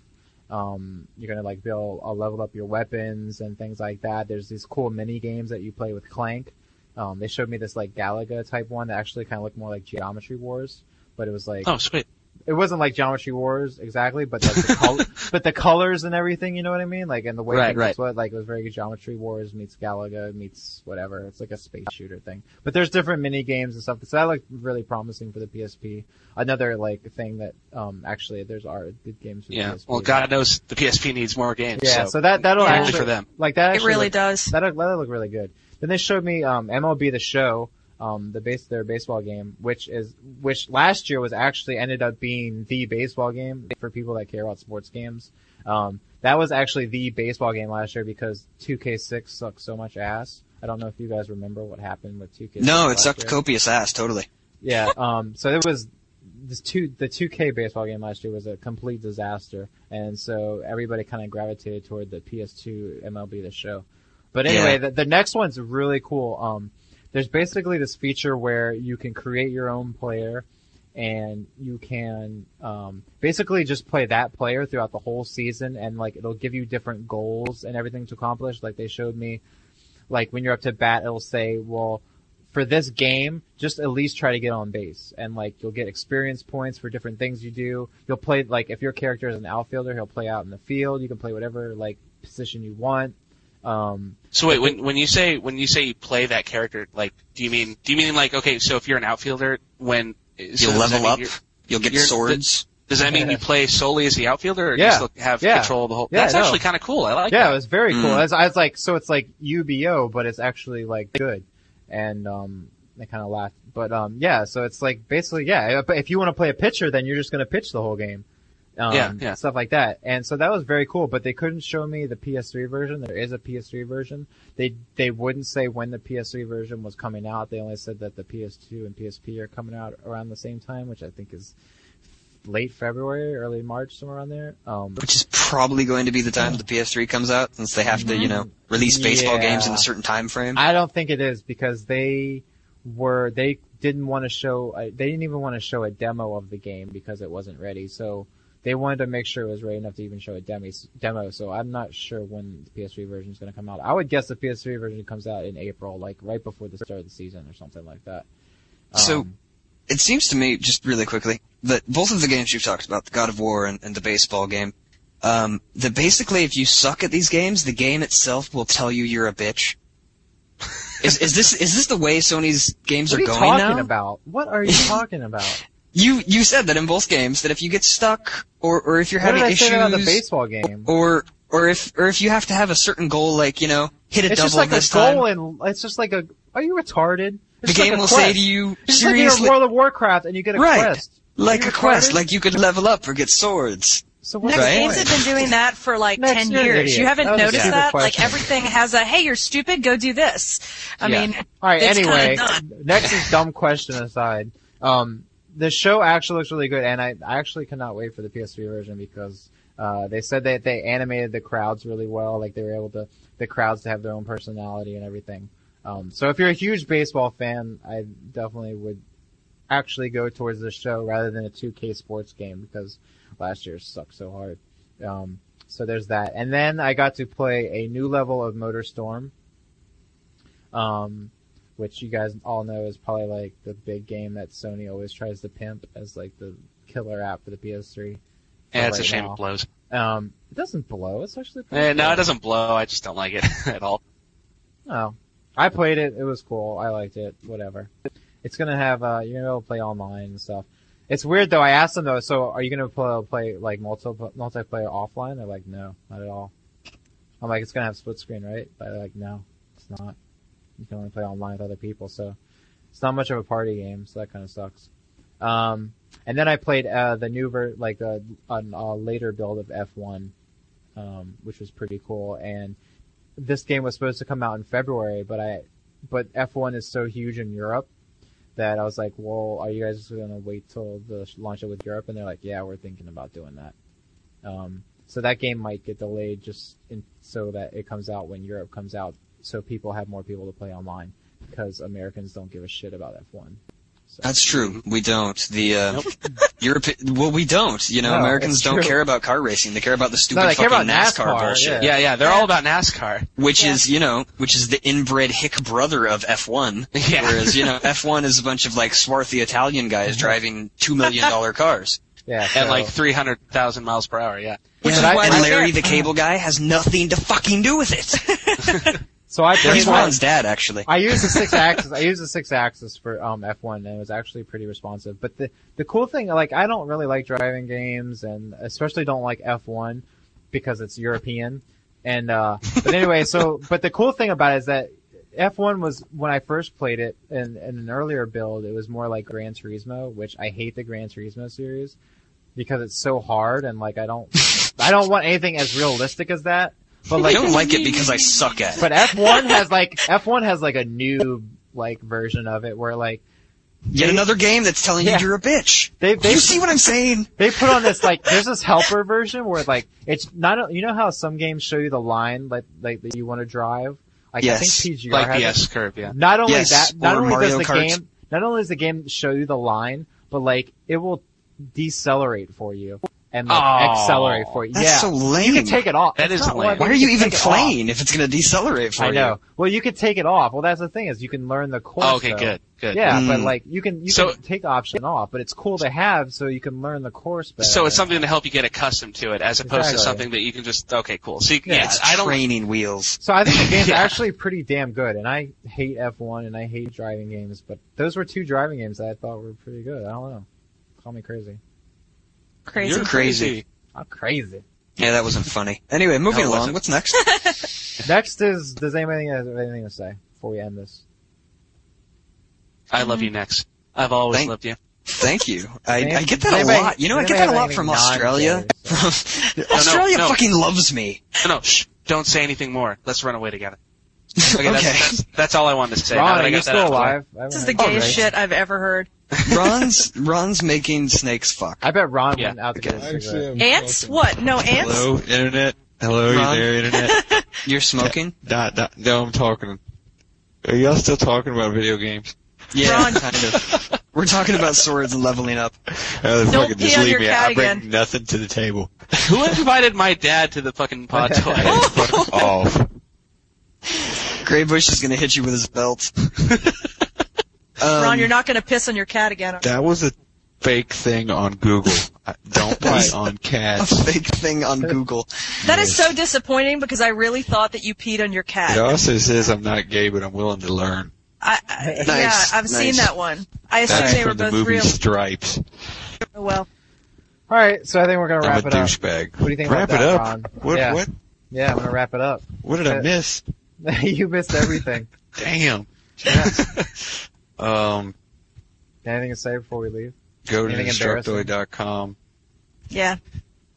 Um, you're gonna like build, uh, level up your weapons and things like that. There's these cool mini games that you play with Clank. Um, they showed me this like Galaga type one that actually kind of looked more like Geometry Wars, but it was like
Oh, sweet.
it wasn't like Geometry Wars exactly, but like
<laughs>
the col- but the colors and everything, you know what I mean? Like and the way
Right,
things
right.
what like it was very Geometry Wars meets Galaga meets whatever. It's like a space shooter thing. But there's different mini games and stuff. So that looked really promising for the PSP. Another like thing that um actually there's are good games for
Yeah.
PSP.
Well, God knows the PSP needs more games.
Yeah, so,
so,
that that'll
Yeah.
Only
actually
for them.
like that.
It
Actually
really
looked-
does.
That that looked really good. Then they showed me um, MLB the Show, um, the base their baseball game, which is which last year was actually ended up being the baseball game for people that care about sports games. Um, that was actually the baseball game last year because 2K6 sucked so much ass. I don't know if you guys remember what happened with 2K.
No, it
last
sucked
year.
copious ass, totally.
Yeah. Um. So it was this two the two K baseball game last year was a complete disaster, and so everybody kind of gravitated toward the PS2 MLB The Show. But anyway,
Yeah.
the, the next one's really cool. Um, there's basically this feature where you can create your own player, and you can um, basically just play that player throughout the whole season, and like it'll give you different goals and everything to accomplish. Like they showed me like when you're up to bat, it'll say, well, for this game, just at least try to get on base. And like, you'll get experience points for different things you do. You'll play, like, if your character is an outfielder, he'll play out in the field. You can play whatever, like, position you want. Um,
So wait, when when you say when you say you play that character, like, do you mean do you mean like okay, so if you're an outfielder, when so does
You'll
that
level
mean
up,
you're-
you'll get
you're-
swords.
Does
<laughs>
that mean you play solely as the outfielder, or
Yeah.
just have
Yeah.
control of the whole?
Yeah,
That's
no.
actually kind of cool. I like
yeah, it
that.
was very cool.
Mm.
I was, I was like, so it's like UBO, but it's actually like good. And, um, I kind of laughed. But, um, yeah, so it's like basically, yeah, if- if you want to play a pitcher, then you're just going to pitch the whole game. Um,
Yeah, yeah.
stuff like that. And so that was very cool, but they couldn't show me the PS3 version. There is a PS3 version. They, they wouldn't say when the PS3 version was coming out. They only said that the PS2 and PSP are coming out around the same time, which I think is late February, early March, somewhere around there. Um,
Which is probably going to be the time the PS3 comes out, since they have to, you know, release baseball
Yeah.
games in a certain time frame.
I don't think it is because they were they didn't want to show uh, they didn't even want to show a demo of the game because it wasn't ready. So they wanted to make sure it was ready enough to even show a demo. Demo. So I'm not sure when the PS3 version is going to come out. I would guess the PS3 version comes out in April, like right before the start of the season or something like that.
So-
Um,
it seems to me, just really quickly, that both of the games you've talked about, the God of War and, and the baseball game, um, that basically if you suck at these games, the game itself will tell you you're
<laughs>
a bitch. is, is this is this the way Sony's games
what are
are
you
going
talking
now?
about? What are
<laughs>
you talking about?
You you said that in both games that if you get stuck or or if you're
what did
having
I
issues
say about the baseball game?
or or if or if you have to have a certain goal like you know hit a
It's
double
just like a
this time,
goal, and it's just like a. Are you retarded?
the
It's just
game
like a
will say
quest.
to you
It's just
seriously
like you're in World of Warcraft and you get a
Right.
quest.
like
Are you
a quest
retarded?
like you could level up or get swords.
So what's
Next
the
Right.
games
point?
have been doing that for like
Next,
ten
you're an
years.
idiot.
You haven't
That was a
noticed
stupid
that? Like
question.
everything has a hey, you're stupid, go do this. I
Yeah.
mean,
All right.
It's kinda
Anyway,
done.
next is dumb question aside. Um, the show actually looks really good, and I, I actually cannot wait for the PS3 version because uh, they said that they animated the crowds really well. Like they were able to the crowds to have their own personality and everything. Um, so if you're a huge baseball fan, I definitely would actually go towards the show rather than a 2K sports game because last year sucked so hard. Um, so there's that. And then I got to play a new level of Motor Storm. Um, which you guys all know is probably like the big game that Sony always tries to pimp as like the killer app for the PS3.
Yeah, it's a
Right
shame
now.
it blows.
Um, it doesn't blow. It's actually pretty
Eh, no,
good.
it doesn't blow. I just don't like it <laughs> at all.
Oh, I played it. It was cool. I liked it. Whatever. It's gonna have uh, you're gonna be able to play online and stuff. It's weird though. I asked them though. So are you gonna play, play like multi multiplayer offline? They're like, no, not at all. I'm like, it's gonna have split screen, right? But they're like, no, it's not. You can only play online with other people, so it's not much of a party game. So that kind of sucks. Um, and then I played uh, the new ver- like uh, an, a later build of F1, um, which was pretty cool. And this game was supposed to come out in February, but I, but F1 is so huge in Europe that I was like, well, are you guys just gonna wait till the launch it with Europe? And they're like, yeah, we're thinking about doing that. Um, so that game might get delayed just in, so that it comes out when Europe comes out so people have more people to play online because Americans don't give a shit about F1. So.
That's true. We don't. The uh,
Nope.
<laughs> Europe. Well, we don't. You know,
No,
Americans
it's
don't
true.
care about car racing. They care about the stupid
No, they care
fucking
about
NASCAR,
NASCAR,
bullshit.
Yeah.
Yeah, yeah, they're all about NASCAR.
Which
Yeah.
is, you know, which is the inbred hick brother of
<laughs>
F1.
Yeah.
Whereas, you know, F1 is a bunch of like swarthy Italian guys driving two million dollar cars.
Mm-hmm. <laughs> Yeah, so,
At like 300,000 miles per hour, yeah.
Which
Yeah.
is why
That's why-
Larry the Cable Guy has nothing to fucking do with
<laughs>
it.
so I played
He's
my-
Ron's dad, actually.
I used the six axis. I used the six axis for um, F1, and it was actually pretty responsive. But the the cool thing, like, I don't really like driving games, and especially don't like F1 because it's European. And uh, but anyway, so but the cool thing about it is that F1 was when I first played it in, in an earlier build, it was more like Gran Turismo, which I hate the Gran Turismo series because it's so hard, and like I don't I don't want anything as realistic as that. But
I
like
don't like it because I suck at it.
but F1 has like F1 has like a new like version of it where like
Yet another game that's telling
Yeah.
you you're a bitch.
they they
you see what I'm saying?
they put on this like there's this helper version where like it's not you know how some games show you the line like like that you want to drive like I
Yes.
think PGR
Like
has
the
it.
S curve, yeah.
Not only
Yes,
that, not
or
only does
Mario
the
Kart.
game, not only does the game show you the line, but like it will decelerate for you and like
Aw,
accelerate for you.
That's
yeah,
so lame.
you can take it off.
That
It's
is
not
lame.
like-
Why are
can
you
take
even
it off.
playing if it's going to decelerate for
I
you?
know. Well, you could take it off. Well, that's the thing is you can learn the course.
Oh, okay,
though.
good, good.
Yeah,
Mm.
but like you can you
So-
can take option off, but it's cool to have so you can learn the course better.
So it's something to help you get accustomed to it as opposed
Exactly.
to something that you can just, okay, cool. So you,
Yeah,
yeah,
It's
I don't,
training wheels.
So I think
<laughs>
the game's
Yeah.
actually pretty damn good, and I hate F1 and I hate driving games, but those were two driving games that I thought were pretty good. I don't know. Call me crazy.
Crazy.
You're crazy.
I'm crazy.
Yeah, that wasn't funny. Anyway, moving
No, it wasn't.
along. What's next?
Next is does anybody have anything to say before we end this?
I love you next. I've always
Thank-
loved you.
Thank you. I, I
Anybody-
get that a
anybody-
lot. You know, I get
anybody
that a
have
lot
anything
from Australia. <laughs>
non-gay?
Australia
no.
fucking loves me.
No, no, shh, don't say anything more. Let's run away together.
okay.
Okay, That's, that's, that's all I wanted to say. now
Ron,
that I
are
got
you
that out
still
of the way.
alive? I
This is the
haven't
gayest
heard-
Alright.
shit I've ever heard.
<laughs> Ron's Ron's making snakes fuck.
I bet Ron went
Yeah,
out to get
okay.
a cigarette.
Ants? What? No ants?
Hello, internet. Hello,
Ron?
you there,
<laughs>
internet?
You're smoking?
dot, dot. No, I'm talking. Are y'all still talking about video games?
Yeah,
Ron.
kind of. <laughs> We're talking about swords and leveling up.
Uh,
Don't
fucking
pee
just
on
leave
your
me.
cat
I bring
again.
nothing to the table.
Who invited my dad to
<laughs>
the fucking pod toy?
Fuck off.
Greybush is gonna hit you with his belt. Um,
<laughs> Ron, you're not going to piss on your cat again.
That was a fake thing on Google. I-
<laughs>
Don't play on
<laughs> a
cats.
fake thing on Google.
That is so disappointing because I really thought that you peed on your cat.
It also says I'm not gay, but I'm willing to learn.
I, I,
Nice,
yeah, I've seen
nice.
that one. I assume
That's
they were
from the
both
movie
real.
Stripes.
Oh, well,
All right, so I think we're gonna wrap
I'm a
it up.
douchebag.
What do you think
wrap
about
it
that,
up.
Ron?
What?
Yeah.
What?
Yeah, I'm gonna wrap it up. <laughs>
What did
Uh,
I miss?
you missed everything.
Damn. <laughs> um,
Anything to say before we leave?
go to
Anything embarrassing?
destructoid.com.
yeah.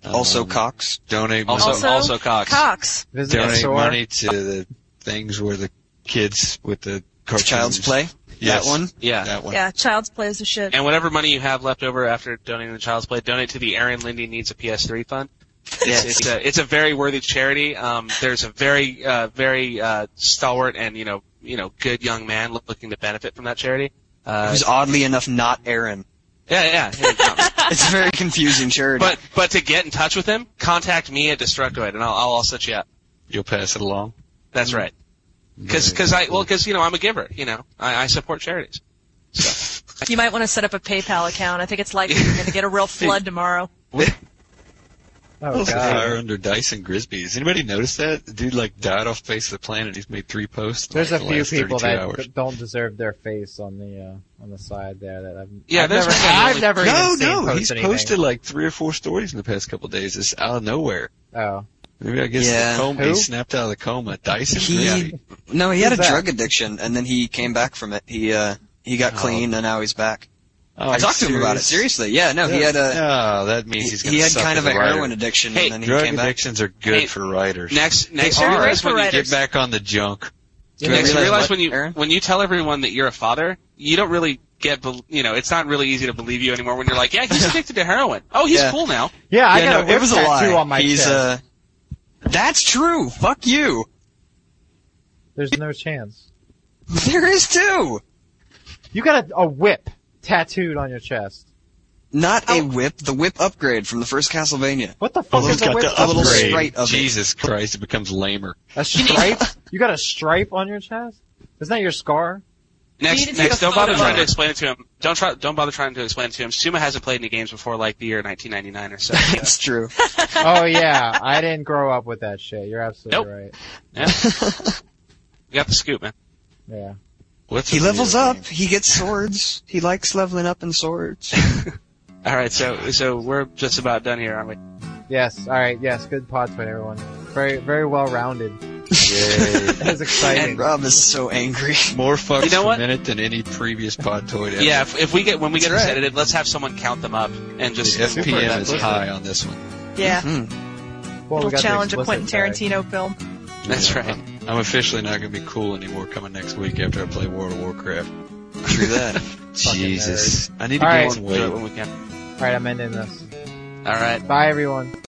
Also,
Um,
Cox.
donate money.
Also,
Also-
also, Cox.
Cox.
Visit the
donate
store.
money to the things where the kids with the cartoons.
Child's Play.
Yes.
That one.
Yeah.
That one.
Yeah, child's play is a shit.
And whatever money you have left over after donating the Child's Play, donate to the Aaron Lindy Needs a PS3 Fund. It's, it's, a, it's a very worthy charity. Um, there's a very, uh, very uh, stalwart and you know, you know, good young man lo- looking to benefit from that charity. Uh,
Who's oddly enough not Aaron.
yeah, yeah. yeah.
It's a very confusing charity.
but but to get in touch with him, contact me at Destructoid, and I'll, I'll all set you up.
You'll pass it along.
That's right. Because
Very
I
cool.
well because you know I'm a giver. You know I, I support charities.
You might want to set up a PayPal account. I think it's likely you're going to get
<laughs>
a real flood tomorrow.
Oh
Those fire
god.
under Dyson Grisby. Has anybody noticed that? The dude like died off the face of the planet. He's made three posts. in,
There's a
like, the
few
last
people
32
that
hours.
d- don't deserve their face on the uh, on the side there. That I've
Yeah,
I've
there's
never,
one
I've
really-
never
No,
even seen
no,
post
he's
anything.
posted like three or four stories in the past couple of days. It's out of nowhere.
Oh,
Maybe I guess
Yeah.
the coma.
Who?
He snapped out of the coma. Dyson
He-
Grisby.
no, he had a
Who's that?
drug addiction and then he came back from it. He uh he got
Oh.
clean and now he's back.
Oh,
I
are you
talked to him about it. Seriously, yeah. No, he had a
Oh, that means
he,
he's gonna
he had
suck
kind
as
of a
writer.
heroin addiction
Hey,
and then he
Drug
came back.
addictions are good
Hey,
for writers.
Next next
are
year
great
is
for
when you
writers.
Get back on the junk.
Do you
Next,
realize
you realize
what,
when you
Aaron?
when you tell everyone that you're a father, you don't really get, bel- you know, it's not really easy to believe you anymore. When you're like, yeah, <laughs> he's addicted to heroin. Oh, he's
Yeah.
cool now.
yeah, I
yeah,
got
no,
a
it was a
tattoo
lie. uh,
on my
he's
chest.
uh that's true. Fuck you.
There's no chance.
<laughs> There is too.
You got a, a whip tattooed on your chest.
Not a whip, the whip upgrade from the first <laughs> Castlevania.
What the fuck
Well,
is a
got
whip?
the
A little
upgrade.
stripe of it.
Jesus Christ, it becomes lamer.
A stripe? you got a stripe on your chest? Isn't that your scar?
need to
Next,
take
next,
a
don't bother
photo.
trying to explain it to him. Don't try, don't bother trying to explain it to him. Suma hasn't played any games before like the year 1999 or <laughs> so.
That's true.
oh yeah, I didn't grow up with that shit. You're absolutely right.
You got the scoop, man.
Yeah.
What's
He
a video
levels up.
game?
He gets swords. He likes leveling up in <laughs> swords.
All right, so so we're just about done here, aren't we?
Yes. All right. Yes. Good pod twin, everyone. Very, very well rounded. <laughs> That was
and
exciting.
Rob is so angry.
More fucks
You know
per
what?
minute than any previous pod toy ever.
Yeah, if, if we get when we get
That's right.
repetitive, let's have someone count them up and
The
just
FPM is high on this one.
Yeah.
Mm.
Well, we
Little
got the
challenge of Quentin
explicit tag.
Tarantino film.
That's right.
I'm officially not going to be cool anymore coming next week after I play World of Warcraft. <laughs>
True that.
Jesus. I need to
All
get
right.
one
Do it
way.
when we can.
All right, I'm ending this.
All right.
Bye, everyone.